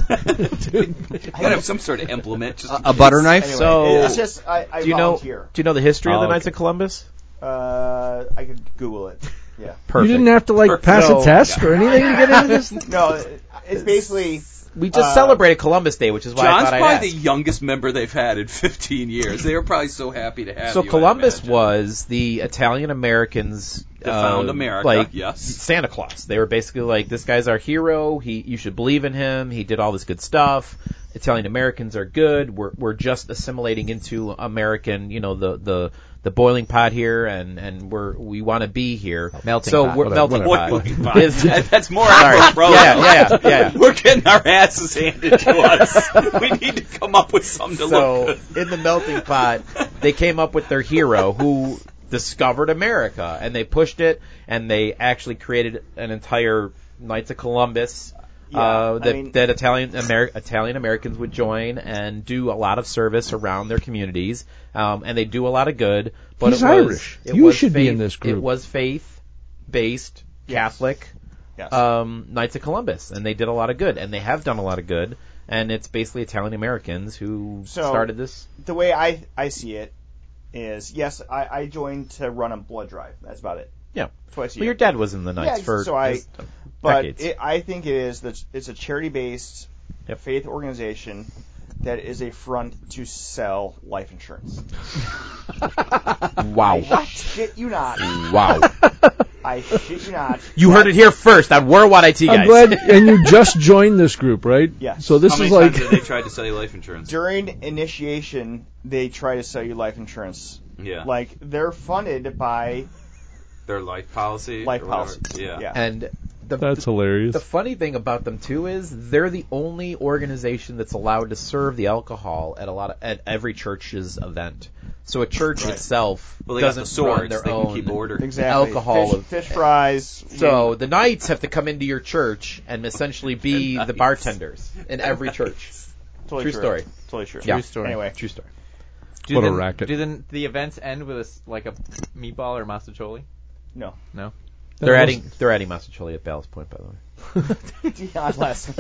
[SPEAKER 6] You gotta have some sort of implement. Just
[SPEAKER 8] a butter knife.
[SPEAKER 3] Anyway,
[SPEAKER 2] So-
[SPEAKER 3] it's just I, I
[SPEAKER 2] do you know? Do
[SPEAKER 3] volunteer.
[SPEAKER 2] you know the history of
[SPEAKER 8] Oh,
[SPEAKER 2] the Knights
[SPEAKER 8] okay.
[SPEAKER 2] of Columbus?
[SPEAKER 3] Uh, I could Google it. Yeah.
[SPEAKER 2] Perfect.
[SPEAKER 4] You didn't have to like
[SPEAKER 2] Perfect.
[SPEAKER 4] pass
[SPEAKER 2] No.
[SPEAKER 4] a test or anything to get into this.
[SPEAKER 3] No, it- it's basically
[SPEAKER 2] we just
[SPEAKER 3] uh,
[SPEAKER 2] celebrated Columbus Day, which is why I
[SPEAKER 6] John's
[SPEAKER 2] thought I'd
[SPEAKER 6] probably
[SPEAKER 2] ask.
[SPEAKER 6] the youngest member they've had in 15 years. They were probably so happy to have.
[SPEAKER 2] So
[SPEAKER 6] you, I'd
[SPEAKER 2] Columbus
[SPEAKER 6] imagine.
[SPEAKER 2] was the Italian Americans um,
[SPEAKER 6] That found America,
[SPEAKER 2] like
[SPEAKER 6] yes.
[SPEAKER 2] Santa Claus. They were basically like, this guy's our hero. He, you should believe in him. He did all this good stuff. Italian Americans are good. We're we're just assimilating into American, you know, the the the boiling pot here, and and we're we want to be here.
[SPEAKER 5] Melting
[SPEAKER 2] so
[SPEAKER 5] pot,
[SPEAKER 2] we're
[SPEAKER 5] whatever,
[SPEAKER 2] melting
[SPEAKER 6] Boiling
[SPEAKER 2] pot.
[SPEAKER 6] pot.
[SPEAKER 2] Is-
[SPEAKER 6] That- That's more
[SPEAKER 2] Sorry.
[SPEAKER 6] Afro bro.
[SPEAKER 2] Yeah, yeah, yeah.
[SPEAKER 6] We're getting our asses handed to us. we need to come up with something to look
[SPEAKER 2] so
[SPEAKER 6] good.
[SPEAKER 2] in the melting pot, they came up with their hero who discovered America and they pushed it and they actually created an entire Knights of Columbus. uh,
[SPEAKER 3] Yeah, I
[SPEAKER 2] that,
[SPEAKER 3] mean-
[SPEAKER 2] that Italian Ameri- Italian Americans would join and do a lot of service around their communities, um, and they do a lot of good. But
[SPEAKER 4] He's
[SPEAKER 2] it was,
[SPEAKER 4] Irish.
[SPEAKER 2] It
[SPEAKER 4] You
[SPEAKER 2] was
[SPEAKER 4] should
[SPEAKER 2] faith,
[SPEAKER 4] be in this group.
[SPEAKER 2] It was faith based Catholic
[SPEAKER 3] yes.
[SPEAKER 2] um, Knights of Columbus, and they did a lot of good, and they have done a lot of good, and it's basically Italian Americans who
[SPEAKER 3] So-
[SPEAKER 2] started this.
[SPEAKER 3] the way I I see it is yes, I, I joined to run a blood drive. That's about it.
[SPEAKER 2] Yeah.
[SPEAKER 3] Twice a
[SPEAKER 2] Well,
[SPEAKER 3] year.
[SPEAKER 2] your dad was in the Knights
[SPEAKER 3] Yeah,
[SPEAKER 2] for
[SPEAKER 3] so I-
[SPEAKER 2] just
[SPEAKER 3] but
[SPEAKER 2] decades.
[SPEAKER 3] it, I think it is that it's a charity based
[SPEAKER 2] Yep.
[SPEAKER 3] faith organization that is a front to sell life insurance.
[SPEAKER 2] wow,
[SPEAKER 3] I shit you not.
[SPEAKER 2] wow!
[SPEAKER 3] I shit you not.
[SPEAKER 2] You heard it here first on We're What IT guys.
[SPEAKER 4] I'm glad, and you just joined this group, right?
[SPEAKER 3] Yes.
[SPEAKER 4] So this
[SPEAKER 6] How many
[SPEAKER 4] is
[SPEAKER 6] times
[SPEAKER 4] like
[SPEAKER 6] did they try to sell you life insurance?
[SPEAKER 3] During initiation, they try to sell you life insurance.
[SPEAKER 6] Yeah,
[SPEAKER 3] Like they're funded by
[SPEAKER 6] their life policy.
[SPEAKER 3] life
[SPEAKER 6] or whatever.
[SPEAKER 3] policy.
[SPEAKER 6] Yeah.
[SPEAKER 3] Yeah.
[SPEAKER 2] And the,
[SPEAKER 4] that's
[SPEAKER 2] the,
[SPEAKER 4] hilarious.
[SPEAKER 2] the funny thing about them too is they're the only organization that's allowed to serve the alcohol at a lot of at every church's event. So a church itself
[SPEAKER 6] Well, they got
[SPEAKER 2] doesn't
[SPEAKER 6] the swords.
[SPEAKER 2] run their
[SPEAKER 6] they
[SPEAKER 2] own
[SPEAKER 6] can keep order.
[SPEAKER 3] Exactly.
[SPEAKER 2] alcohol
[SPEAKER 3] fish,
[SPEAKER 2] of-
[SPEAKER 3] fish fries.
[SPEAKER 2] So the knights have to come into your church and essentially be the, bartenders in every church.
[SPEAKER 3] Totally
[SPEAKER 2] True story.
[SPEAKER 3] Totally true.
[SPEAKER 2] Yeah.
[SPEAKER 5] True story.
[SPEAKER 3] Anyway,
[SPEAKER 2] True story.
[SPEAKER 5] Do
[SPEAKER 4] What a
[SPEAKER 5] the-
[SPEAKER 4] racket.
[SPEAKER 5] Do the, the events end with a s like a meatball or masticholi?
[SPEAKER 3] no.
[SPEAKER 2] They're adding they're adding Masticholi at Ballast Point, by the way.
[SPEAKER 3] Dion Less.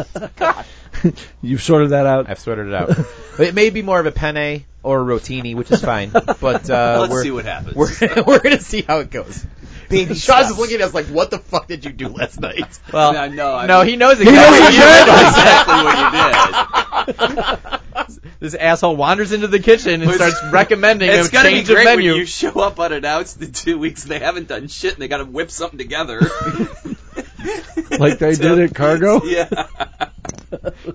[SPEAKER 4] You've sorted that out.
[SPEAKER 2] I've sorted it out. it may be more of a penne or a rotini, which is fine. But uh,
[SPEAKER 6] Let's
[SPEAKER 2] we're,
[SPEAKER 6] see what happens.
[SPEAKER 2] we're we're gonna see how it goes.
[SPEAKER 3] Baby
[SPEAKER 2] Shaw's
[SPEAKER 3] steps.
[SPEAKER 2] is looking at us like, "What the fuck did you do last night?"
[SPEAKER 5] Well,
[SPEAKER 6] I know. I
[SPEAKER 5] no,
[SPEAKER 6] mean,
[SPEAKER 5] he knows exactly,
[SPEAKER 6] you know exactly what you did.
[SPEAKER 5] This asshole wanders into the kitchen and
[SPEAKER 6] It's-
[SPEAKER 5] starts recommending
[SPEAKER 6] It's
[SPEAKER 5] him
[SPEAKER 6] gonna be
[SPEAKER 5] change of
[SPEAKER 6] great
[SPEAKER 5] menu.
[SPEAKER 6] when you show up unannounced in two weeks. and They haven't done shit, and they got to whip something together.
[SPEAKER 4] Like they did at Cargo?
[SPEAKER 6] Yeah.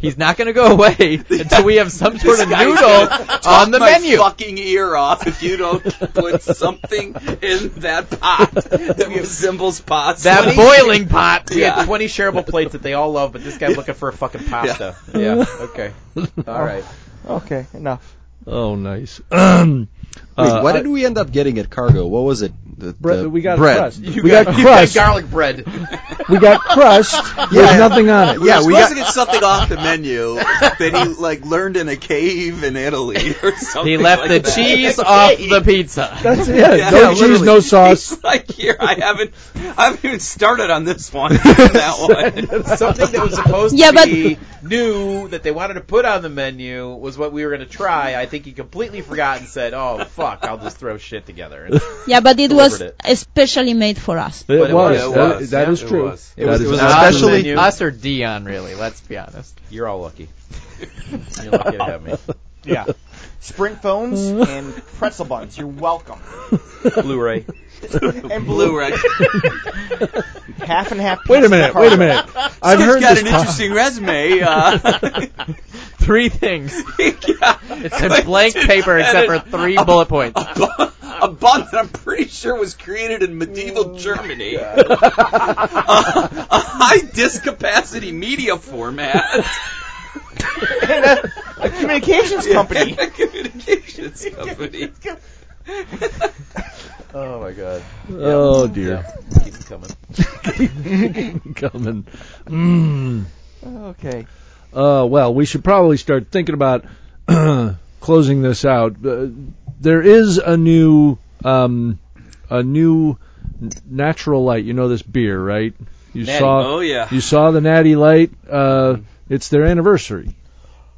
[SPEAKER 5] He's not going to go away until we have some sort
[SPEAKER 6] This
[SPEAKER 5] of
[SPEAKER 6] guy's
[SPEAKER 5] noodle
[SPEAKER 6] gonna
[SPEAKER 5] on the
[SPEAKER 6] my
[SPEAKER 5] menu.
[SPEAKER 6] Fucking ear off if you don't put something in that pot that resembles pasta.
[SPEAKER 5] That boiling pot.
[SPEAKER 2] We
[SPEAKER 6] Yeah.
[SPEAKER 2] had 20 shareable plates that they all love, but this guy's looking for a fucking pasta. Yeah. Okay. All right.
[SPEAKER 3] okay, enough.
[SPEAKER 4] Oh, nice. Um,
[SPEAKER 8] Wait,
[SPEAKER 4] uh,
[SPEAKER 8] what
[SPEAKER 4] I-
[SPEAKER 8] did we end up getting at Cargo? What was it? The,
[SPEAKER 4] Bre-
[SPEAKER 8] the
[SPEAKER 4] we got
[SPEAKER 8] bread.
[SPEAKER 4] crust. we got,
[SPEAKER 2] you
[SPEAKER 4] crust.
[SPEAKER 2] garlic bread.
[SPEAKER 4] we got crust. There's nothing on it.
[SPEAKER 8] Yeah, we got.
[SPEAKER 6] get something off the menu that he like learned in a cave in Italy or something.
[SPEAKER 5] He left
[SPEAKER 6] like
[SPEAKER 5] the
[SPEAKER 6] that.
[SPEAKER 5] cheese off the pizza.
[SPEAKER 4] That's it. no cheese,
[SPEAKER 6] literally.
[SPEAKER 4] no sauce.
[SPEAKER 6] He's like here, I haven't, I haven't even started on this one. that one.
[SPEAKER 2] Something that was supposed
[SPEAKER 7] Yeah,
[SPEAKER 2] to
[SPEAKER 7] but-
[SPEAKER 2] be new that they wanted to put on the menu was what we were going to try. I think he completely forgot and said, "Oh fuck, I'll just throw shit together." And
[SPEAKER 7] Yeah, but it was
[SPEAKER 2] Delivered
[SPEAKER 7] especially made for us.
[SPEAKER 4] It,
[SPEAKER 2] But
[SPEAKER 4] was.
[SPEAKER 2] it was.
[SPEAKER 6] It
[SPEAKER 4] That-
[SPEAKER 6] was.
[SPEAKER 4] that
[SPEAKER 6] Yeah,
[SPEAKER 4] is
[SPEAKER 6] it
[SPEAKER 4] true.
[SPEAKER 6] was.
[SPEAKER 8] It was-
[SPEAKER 4] That
[SPEAKER 8] it
[SPEAKER 4] is
[SPEAKER 8] was
[SPEAKER 4] absolutely-
[SPEAKER 8] especially-
[SPEAKER 2] menu.
[SPEAKER 5] us or Dion, really. Let's be honest.
[SPEAKER 2] You're all lucky. You're lucky to have me.
[SPEAKER 3] Yeah. Sprint phones and pretzel buns. You're welcome.
[SPEAKER 2] Blu-ray.
[SPEAKER 3] And
[SPEAKER 6] Blue Ray.
[SPEAKER 3] half and half.
[SPEAKER 4] Wait a
[SPEAKER 3] pieces
[SPEAKER 4] minute.
[SPEAKER 3] of
[SPEAKER 4] Wait a minute. I've
[SPEAKER 6] He's
[SPEAKER 4] heard
[SPEAKER 6] got
[SPEAKER 4] this.
[SPEAKER 6] an
[SPEAKER 4] talk-
[SPEAKER 6] interesting resume. Uh,
[SPEAKER 5] three things.
[SPEAKER 6] yeah.
[SPEAKER 5] It's a blank paper except for three bullet points.
[SPEAKER 6] a bond, a bond that I'm pretty sure was created in medieval Germany. a, a high disk capacity media format.
[SPEAKER 3] a communications company.
[SPEAKER 6] A communications company.
[SPEAKER 2] Oh my god.
[SPEAKER 4] Oh dear.
[SPEAKER 2] Keep it coming.
[SPEAKER 4] Coming. Mm.
[SPEAKER 3] Okay.
[SPEAKER 4] Uh, well, we should probably start thinking about closing this out. Uh, there is a new, um, a new n- natural light. You know this beer, right? You
[SPEAKER 6] Natty.
[SPEAKER 4] saw.
[SPEAKER 6] Oh, yeah.
[SPEAKER 4] You saw the Natty Light. Uh, it's their anniversary,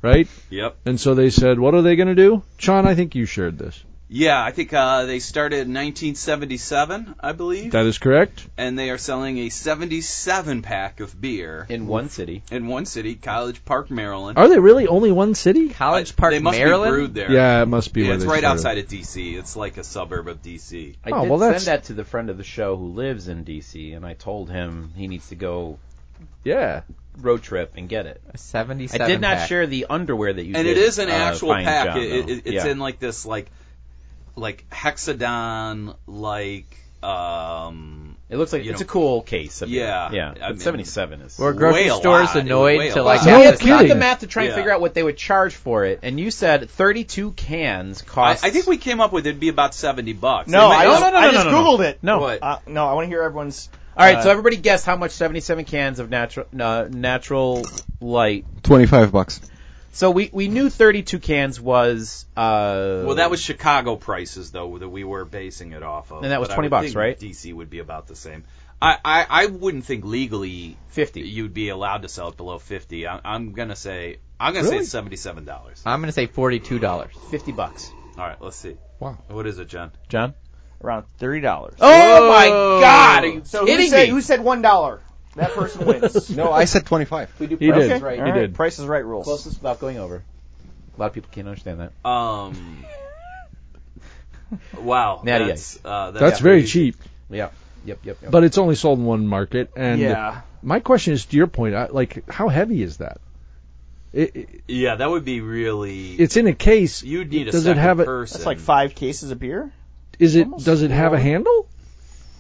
[SPEAKER 4] right?
[SPEAKER 6] Yep.
[SPEAKER 4] And so they said, what are they going to do? Sean, I think you shared this.
[SPEAKER 6] Yeah, I think uh, they started in 1977, I believe,
[SPEAKER 4] That is correct.
[SPEAKER 6] and they are selling a 77 pack of beer
[SPEAKER 2] In one city.
[SPEAKER 6] in one city, College Park, Maryland.
[SPEAKER 4] Are they really only one city?
[SPEAKER 5] College Park,
[SPEAKER 6] they must
[SPEAKER 5] Maryland.
[SPEAKER 6] Be brewed there.
[SPEAKER 4] Yeah, it must be.
[SPEAKER 6] Yeah,
[SPEAKER 4] where
[SPEAKER 6] it's
[SPEAKER 4] they
[SPEAKER 6] right
[SPEAKER 4] started.
[SPEAKER 6] outside of DC. It's like a suburb of DC.
[SPEAKER 2] I
[SPEAKER 4] Oh,
[SPEAKER 2] did
[SPEAKER 4] well,
[SPEAKER 2] send
[SPEAKER 4] that's-
[SPEAKER 2] that to the friend of the show who lives in DC, and I told him he needs to go
[SPEAKER 4] Yeah.
[SPEAKER 2] road trip and get it.
[SPEAKER 5] A 77
[SPEAKER 2] I did not
[SPEAKER 5] pack.
[SPEAKER 2] share the underwear that you
[SPEAKER 6] and
[SPEAKER 2] did,
[SPEAKER 6] it is an
[SPEAKER 2] uh,
[SPEAKER 6] actual
[SPEAKER 2] find,
[SPEAKER 6] pack.
[SPEAKER 2] John,
[SPEAKER 6] It- it-
[SPEAKER 2] though.
[SPEAKER 6] it's
[SPEAKER 2] yeah.
[SPEAKER 6] in like this like like hexagon like um
[SPEAKER 2] It looks like
[SPEAKER 6] you
[SPEAKER 2] it's
[SPEAKER 6] know.
[SPEAKER 2] a cool case. Of
[SPEAKER 6] Yeah.
[SPEAKER 2] beer. yeah.
[SPEAKER 6] I
[SPEAKER 2] But
[SPEAKER 6] mean-
[SPEAKER 2] 77 is.
[SPEAKER 5] Were grocery
[SPEAKER 6] way a
[SPEAKER 5] stores
[SPEAKER 6] lot.
[SPEAKER 5] annoyed
[SPEAKER 6] Way a
[SPEAKER 5] to
[SPEAKER 6] lot.
[SPEAKER 5] like
[SPEAKER 2] So
[SPEAKER 4] No
[SPEAKER 5] have
[SPEAKER 2] we
[SPEAKER 5] to
[SPEAKER 2] had to do
[SPEAKER 5] stock-
[SPEAKER 2] the math to try and
[SPEAKER 6] Yeah.
[SPEAKER 2] figure out what they would charge for it, and you said 32 cans
[SPEAKER 6] I,
[SPEAKER 2] cost.
[SPEAKER 6] I think we came up with it'd be about seventy bucks.
[SPEAKER 3] No,
[SPEAKER 6] It might-
[SPEAKER 3] I
[SPEAKER 2] no,
[SPEAKER 3] just,
[SPEAKER 2] no, no,
[SPEAKER 3] I
[SPEAKER 2] no,
[SPEAKER 3] just
[SPEAKER 2] no, no.
[SPEAKER 3] Googled it.
[SPEAKER 2] No.
[SPEAKER 6] What?
[SPEAKER 3] Uh, no, I want to hear everyone's.
[SPEAKER 2] All right,
[SPEAKER 3] uh,
[SPEAKER 2] so everybody guess how much 77 cans of natural uh, natural light.
[SPEAKER 8] 25 bucks.
[SPEAKER 2] So we, we knew 32 cans was. Uh,
[SPEAKER 6] well, that was Chicago prices though that we were basing it off of,
[SPEAKER 2] And that was
[SPEAKER 6] but I
[SPEAKER 2] 20
[SPEAKER 6] would
[SPEAKER 2] bucks,
[SPEAKER 6] think
[SPEAKER 2] right?
[SPEAKER 6] DC would be about the same. I, I, I wouldn't think legally
[SPEAKER 2] 50.
[SPEAKER 6] you'd be allowed to sell it below fifty. I, I'm gonna say I'm gonna say seventy seven dollars.
[SPEAKER 5] I'm going to say $42.
[SPEAKER 2] 50 bucks.
[SPEAKER 6] All right, let's see.
[SPEAKER 4] Wow.
[SPEAKER 6] What is it, John?
[SPEAKER 2] John?
[SPEAKER 3] around thirty dollars.
[SPEAKER 2] Oh my god! Are you
[SPEAKER 3] so who
[SPEAKER 2] kidding
[SPEAKER 3] said,
[SPEAKER 2] me?
[SPEAKER 3] who said one dollar? That person wins.
[SPEAKER 8] No, I said 25.
[SPEAKER 4] He
[SPEAKER 2] Price
[SPEAKER 4] did.
[SPEAKER 2] is Right.
[SPEAKER 4] He
[SPEAKER 3] All right,
[SPEAKER 4] did.
[SPEAKER 3] Price is right rules.
[SPEAKER 2] Closest without going over. A lot of people can't understand that.
[SPEAKER 6] Um. wow.
[SPEAKER 2] Natty
[SPEAKER 6] that's, uh, that's,
[SPEAKER 4] That's very cheap,
[SPEAKER 2] Yeah. Yep, yep, yep.
[SPEAKER 4] but it's only sold in one market. And
[SPEAKER 3] yeah.
[SPEAKER 4] my question is, to your point, I, like, how heavy is that? It, it,
[SPEAKER 6] Yeah, that would be really.
[SPEAKER 4] it's in a case.
[SPEAKER 6] you'd need a
[SPEAKER 4] does it
[SPEAKER 6] second
[SPEAKER 4] have a?
[SPEAKER 6] person.
[SPEAKER 3] That's like five cases of beer.
[SPEAKER 4] Is it?
[SPEAKER 3] almost
[SPEAKER 4] Does it have a
[SPEAKER 3] four.
[SPEAKER 4] handle?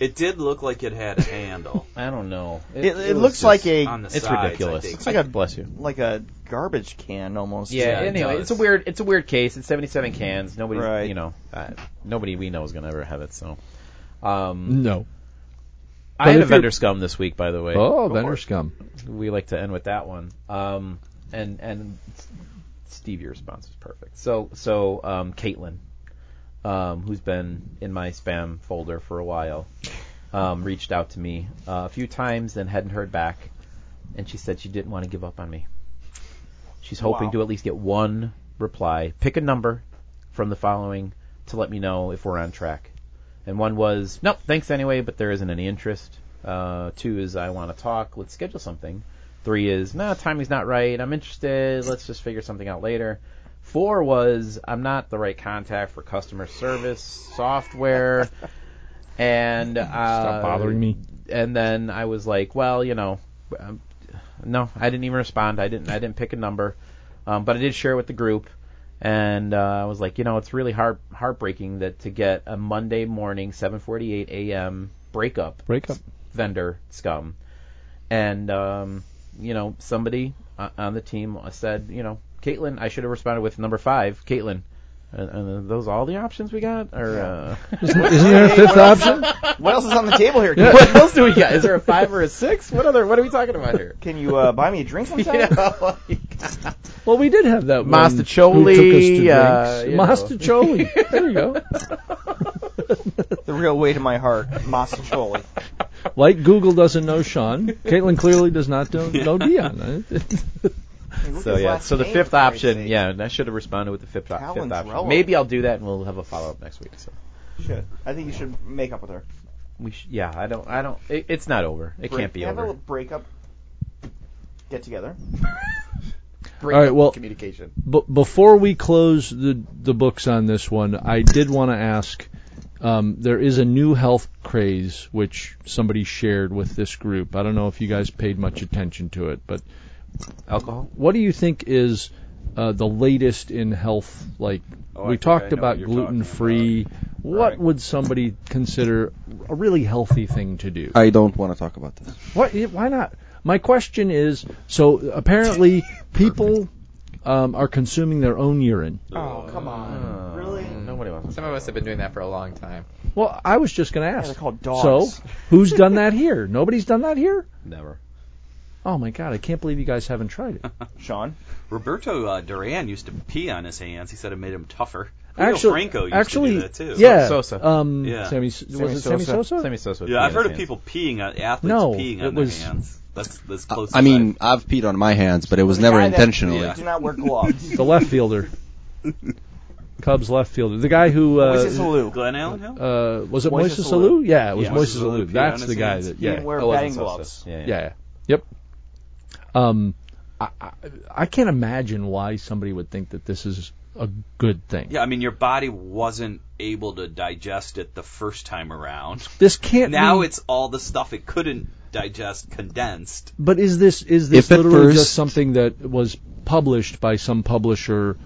[SPEAKER 6] It did look like it had a handle
[SPEAKER 2] I don't know.
[SPEAKER 3] It, it,
[SPEAKER 2] was
[SPEAKER 3] looks
[SPEAKER 2] just-
[SPEAKER 3] like a
[SPEAKER 6] on the
[SPEAKER 2] It's
[SPEAKER 6] sides, I
[SPEAKER 2] ridiculous.
[SPEAKER 6] think.
[SPEAKER 2] It's like a bless you.
[SPEAKER 3] like a garbage can almost.
[SPEAKER 2] Yeah.
[SPEAKER 6] it
[SPEAKER 2] anyway,
[SPEAKER 6] does.
[SPEAKER 2] it's a weird. It's a weird case. It's 77 cans. Nobody,
[SPEAKER 3] Right.
[SPEAKER 2] you know, uh, nobody we know is gonna ever have it. So, um,
[SPEAKER 4] No. if
[SPEAKER 2] I had a
[SPEAKER 4] you're-
[SPEAKER 2] vendor scum this week, by the way.
[SPEAKER 4] Oh,
[SPEAKER 2] Go
[SPEAKER 4] vendor
[SPEAKER 2] for
[SPEAKER 4] scum.
[SPEAKER 2] it. We like to end with that one. Um, and and Steve, your response was perfect. So so um, Caitlin, um, who's been in my spam folder for a while, um, reached out to me uh, a few times and hadn't heard back, and she said she didn't want to give up on me. She's hoping
[SPEAKER 3] Wow.
[SPEAKER 2] to at least get one reply. Pick a number from the following to let me know if we're on track. And one was, nope, thanks anyway, but there isn't any interest. Uh, two is, I want to talk. Let's schedule something. Three is, no, timing's not right. I'm interested. Let's just figure something out later. Four was, I'm not the right contact for customer service software. And uh,
[SPEAKER 4] Stop bothering me.
[SPEAKER 2] And then I was like, well, you know, um, no, I didn't even respond. I didn't. I didn't pick a number, um, but I did share it with the group, and uh, I was like, you know, it's really heart heartbreaking that to get a Monday morning 7:48 a.m. breakup
[SPEAKER 4] Break up.
[SPEAKER 2] vendor scum, and um, you know somebody o- on the team said, you know, Caitlin, I should have responded with number five, Caitlin. And, and those all the options we got, or uh,
[SPEAKER 4] Isn't there a fifth option?
[SPEAKER 3] What else is on the table here? Can,
[SPEAKER 2] what else do we got? Is there a five or a six? What other? What are we talking about here?
[SPEAKER 3] can you uh, buy me a drink
[SPEAKER 2] You
[SPEAKER 3] sometime?
[SPEAKER 2] know, like-
[SPEAKER 4] Well, we did have that one. Who
[SPEAKER 2] Mastacholi,
[SPEAKER 4] took us
[SPEAKER 2] uh,
[SPEAKER 4] to
[SPEAKER 2] you
[SPEAKER 4] drinks. Mastacholi. there you go.
[SPEAKER 3] The real way to my heart, Masacholi.
[SPEAKER 4] Like Google doesn't know Sean, Caitlin clearly does not know, know Dion.
[SPEAKER 2] So yeah, so the fifth option, yeah, and I should have responded with the fifth, op- fifth
[SPEAKER 3] Talon's
[SPEAKER 2] option.
[SPEAKER 3] relevant.
[SPEAKER 2] Maybe I'll do that, and we'll have a follow up next week. So
[SPEAKER 3] Should. I think you should make up with her.
[SPEAKER 2] we, sh- yeah, I don't, I don't. It, it's not over. It can't be
[SPEAKER 3] have
[SPEAKER 2] over.
[SPEAKER 3] a break up. Get together.
[SPEAKER 2] Break
[SPEAKER 4] All right, well-
[SPEAKER 2] communication.
[SPEAKER 4] But before we close the the books on this one, I did want to ask. Um, there is a new health craze which somebody shared with this group. I don't know if you guys paid much attention to it, but
[SPEAKER 2] Alcohol.
[SPEAKER 4] what do you think is uh, the latest in health. Like
[SPEAKER 6] Oh, I
[SPEAKER 4] we
[SPEAKER 6] think I
[SPEAKER 4] talked
[SPEAKER 6] know what
[SPEAKER 4] about
[SPEAKER 6] you're talking
[SPEAKER 4] gluten free. What
[SPEAKER 6] Right.
[SPEAKER 4] would somebody consider a really healthy thing to do?
[SPEAKER 8] I don't want to talk about this.
[SPEAKER 4] What? Why not? My question is: so apparently people um, are consuming their own urine.
[SPEAKER 3] Oh, come on. really?
[SPEAKER 2] Nobody wants.
[SPEAKER 5] Some of us have been doing that for a long time.
[SPEAKER 4] Well, I was just going to ask.
[SPEAKER 3] they're called dogs.
[SPEAKER 4] So who's done that here? Nobody's done that here.
[SPEAKER 2] Never.
[SPEAKER 4] Oh my god! I can't believe you guys haven't tried it.
[SPEAKER 3] Sean?
[SPEAKER 6] Roberto uh, Duran used to pee on his hands. He said it made him tougher. Leo
[SPEAKER 4] Actually,
[SPEAKER 6] Franco used
[SPEAKER 4] actually,
[SPEAKER 6] to do that too.
[SPEAKER 4] yeah.
[SPEAKER 2] Sosa.
[SPEAKER 4] Um,
[SPEAKER 6] Yeah.
[SPEAKER 4] Sammy, was it Sammy Sosa?
[SPEAKER 2] Sammy Sosa.
[SPEAKER 6] Yeah, I've heard of people peeing on athletes
[SPEAKER 4] No,
[SPEAKER 6] peeing
[SPEAKER 4] it
[SPEAKER 6] on
[SPEAKER 4] was-
[SPEAKER 6] their hands. That's that's
[SPEAKER 8] I,
[SPEAKER 6] close.
[SPEAKER 8] I mean, I've peed on my hands, but it was never
[SPEAKER 3] Guy that-
[SPEAKER 8] intentionally.
[SPEAKER 6] Yeah.
[SPEAKER 3] Do not wear gloves.
[SPEAKER 4] the left fielder, Cubs left fielder, the guy who uh,
[SPEAKER 3] Moises Alou.
[SPEAKER 6] Glenn Allen Hill.
[SPEAKER 4] uh, was it
[SPEAKER 3] Moises
[SPEAKER 4] Moises
[SPEAKER 3] Alou?
[SPEAKER 4] Alou? Yeah, it was
[SPEAKER 6] Yeah.
[SPEAKER 4] Moises
[SPEAKER 6] Moises Alou
[SPEAKER 4] Alou.
[SPEAKER 6] peed on
[SPEAKER 4] That's
[SPEAKER 6] his
[SPEAKER 4] the guy
[SPEAKER 6] hands.
[SPEAKER 4] that
[SPEAKER 3] He
[SPEAKER 4] yeah,
[SPEAKER 3] didn't wear
[SPEAKER 2] Oh, it
[SPEAKER 3] batting
[SPEAKER 2] wasn't
[SPEAKER 3] gloves.
[SPEAKER 2] Sosa. Yeah, yeah.
[SPEAKER 4] yeah, yep. Um, I, I I can't imagine why somebody would think that this is a good thing.
[SPEAKER 6] yeah, I mean, your body wasn't able to digest it the first time around.
[SPEAKER 4] This can't
[SPEAKER 6] Now
[SPEAKER 4] be-
[SPEAKER 6] it's all the stuff it couldn't digest condensed.
[SPEAKER 4] But is this is this
[SPEAKER 8] If at
[SPEAKER 4] literally
[SPEAKER 8] first-
[SPEAKER 4] just something that was published by some publisher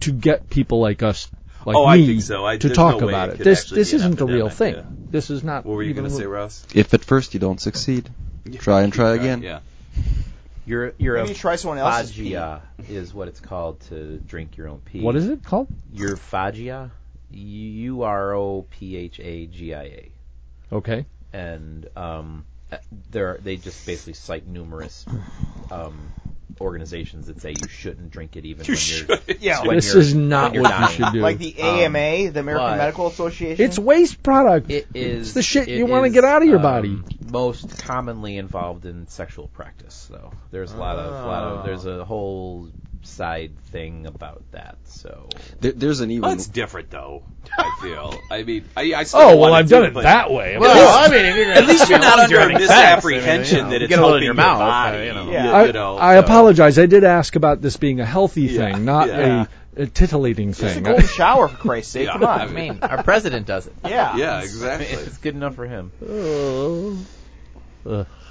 [SPEAKER 4] to get people like us, like
[SPEAKER 6] Oh,
[SPEAKER 4] me,
[SPEAKER 6] I think so. I-
[SPEAKER 4] to
[SPEAKER 6] there's
[SPEAKER 4] talk
[SPEAKER 6] no way
[SPEAKER 4] about
[SPEAKER 6] it
[SPEAKER 4] it?
[SPEAKER 6] could
[SPEAKER 4] This
[SPEAKER 6] actually
[SPEAKER 4] this
[SPEAKER 6] be an
[SPEAKER 4] isn't the real thing.
[SPEAKER 6] epidemic, yeah.
[SPEAKER 4] This is not.
[SPEAKER 6] What were you
[SPEAKER 4] even
[SPEAKER 6] going to say,
[SPEAKER 4] real-
[SPEAKER 6] Russ?
[SPEAKER 8] If at first you don't succeed, try and try again.
[SPEAKER 6] Yeah.
[SPEAKER 2] You're you're
[SPEAKER 3] Maybe
[SPEAKER 2] a
[SPEAKER 3] try someone else's pee.
[SPEAKER 2] phagia is what it's called to drink your own pee.
[SPEAKER 4] What is it called?
[SPEAKER 2] Your phagia, U R O P H A G I A,
[SPEAKER 4] Okay.
[SPEAKER 2] and um, uh, there they just basically cite numerous um, organizations that say you shouldn't drink it even when you're
[SPEAKER 3] Yeah,
[SPEAKER 2] when
[SPEAKER 4] this
[SPEAKER 2] you're-
[SPEAKER 4] is not
[SPEAKER 2] when you're
[SPEAKER 4] what
[SPEAKER 2] dying.
[SPEAKER 4] you should do.
[SPEAKER 3] like the AMA, the American
[SPEAKER 2] but-
[SPEAKER 3] Medical Association.
[SPEAKER 4] it's waste product.
[SPEAKER 2] It is
[SPEAKER 4] the shit
[SPEAKER 2] it
[SPEAKER 4] you wanna
[SPEAKER 2] is,
[SPEAKER 4] get out of your
[SPEAKER 2] um,
[SPEAKER 4] body.
[SPEAKER 2] Most commonly involved in sexual practice, though. There's a lot of lot
[SPEAKER 5] Ah.
[SPEAKER 2] of there's a whole side thing about that. So
[SPEAKER 8] There, there's an even.
[SPEAKER 6] Well, it's different though. I feel. I mean, I, I still
[SPEAKER 4] oh
[SPEAKER 6] want
[SPEAKER 4] well, I've
[SPEAKER 6] do
[SPEAKER 4] done it
[SPEAKER 6] but
[SPEAKER 4] that way.
[SPEAKER 2] Oh, I mean, if you're
[SPEAKER 6] At least you're not under a misapprehension
[SPEAKER 2] you know,
[SPEAKER 6] that
[SPEAKER 2] you
[SPEAKER 6] it's
[SPEAKER 2] get a little in
[SPEAKER 6] helping your
[SPEAKER 2] your mouth,
[SPEAKER 6] body.
[SPEAKER 2] uh, you know.
[SPEAKER 6] Yeah.
[SPEAKER 4] I,
[SPEAKER 6] you know,
[SPEAKER 4] I
[SPEAKER 6] so-
[SPEAKER 4] apologize. I did ask about this being a healthy
[SPEAKER 6] Yeah,
[SPEAKER 4] thing, not
[SPEAKER 6] yeah.
[SPEAKER 4] a, a titillating
[SPEAKER 3] It's a
[SPEAKER 4] thing.
[SPEAKER 3] golden shower, for Christ's sake.
[SPEAKER 6] Yeah,
[SPEAKER 3] Come on.
[SPEAKER 5] I mean, our president does it.
[SPEAKER 3] yeah.
[SPEAKER 6] Yeah, exactly.
[SPEAKER 2] It's good enough for him.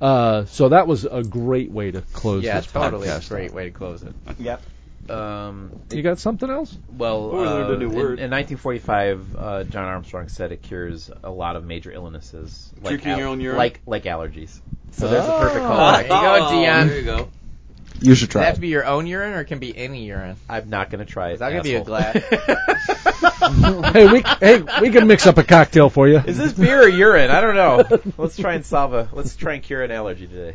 [SPEAKER 4] Uh, so that was a great way to close
[SPEAKER 5] Yeah,
[SPEAKER 4] this
[SPEAKER 5] it's totally a
[SPEAKER 4] podcast.
[SPEAKER 5] great way to close it.
[SPEAKER 3] Yep.
[SPEAKER 2] Um,
[SPEAKER 4] You got something else?
[SPEAKER 2] well,
[SPEAKER 6] Or learned a
[SPEAKER 2] uh,
[SPEAKER 6] new
[SPEAKER 2] in,
[SPEAKER 6] word.
[SPEAKER 2] in 1945, uh, John Armstrong said it cures a lot of major illnesses, like
[SPEAKER 6] Drinking your own urine?
[SPEAKER 2] like like allergies. So there's a perfect callback.
[SPEAKER 5] Ah. There you go,
[SPEAKER 6] Oh,
[SPEAKER 5] Dion.
[SPEAKER 6] There you go.
[SPEAKER 8] you should
[SPEAKER 5] Does
[SPEAKER 8] try.
[SPEAKER 5] it have
[SPEAKER 8] it.
[SPEAKER 5] to be your own urine or it can be any urine?
[SPEAKER 2] I'm not gonna try it.
[SPEAKER 5] Is that gonna be a
[SPEAKER 2] asshole.
[SPEAKER 5] glass?
[SPEAKER 4] hey, we hey we can mix up a cocktail for you.
[SPEAKER 2] Is this beer or urine? I don't know. let's try and solve a. Let's try and cure an allergy today.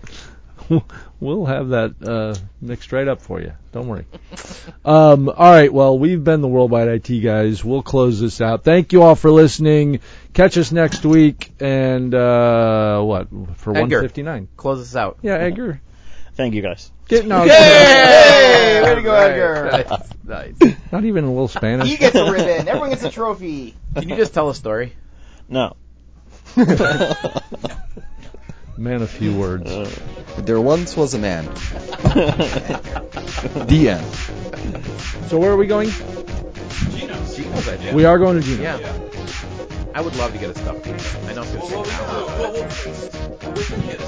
[SPEAKER 4] We'll have that uh, mixed right up for you. Don't worry. Um, all right. Well, we've been the Worldwide IT guys. We'll close this out. Thank you all for listening. Catch us next week and uh, what for
[SPEAKER 2] Edgar.
[SPEAKER 4] one fifty nine?
[SPEAKER 2] Close this out.
[SPEAKER 4] Yeah, Edgar.
[SPEAKER 9] Thank you guys.
[SPEAKER 4] Get no,
[SPEAKER 3] Hey, way to go, Edgar.
[SPEAKER 2] Nice.
[SPEAKER 4] not even a little Spanish.
[SPEAKER 3] He gets a ribbon. Everyone gets a trophy.
[SPEAKER 2] Can you just tell a story?
[SPEAKER 9] No.
[SPEAKER 4] Man, a few words.
[SPEAKER 8] There once was a man. the end.
[SPEAKER 4] So where are we going?
[SPEAKER 6] Geno's.
[SPEAKER 4] We are going to Gino.
[SPEAKER 2] Yeah. I would love to get a stuffed penis. I know it's gonna take an hour.
[SPEAKER 6] Well, we'll- we'll- we'll- we'll-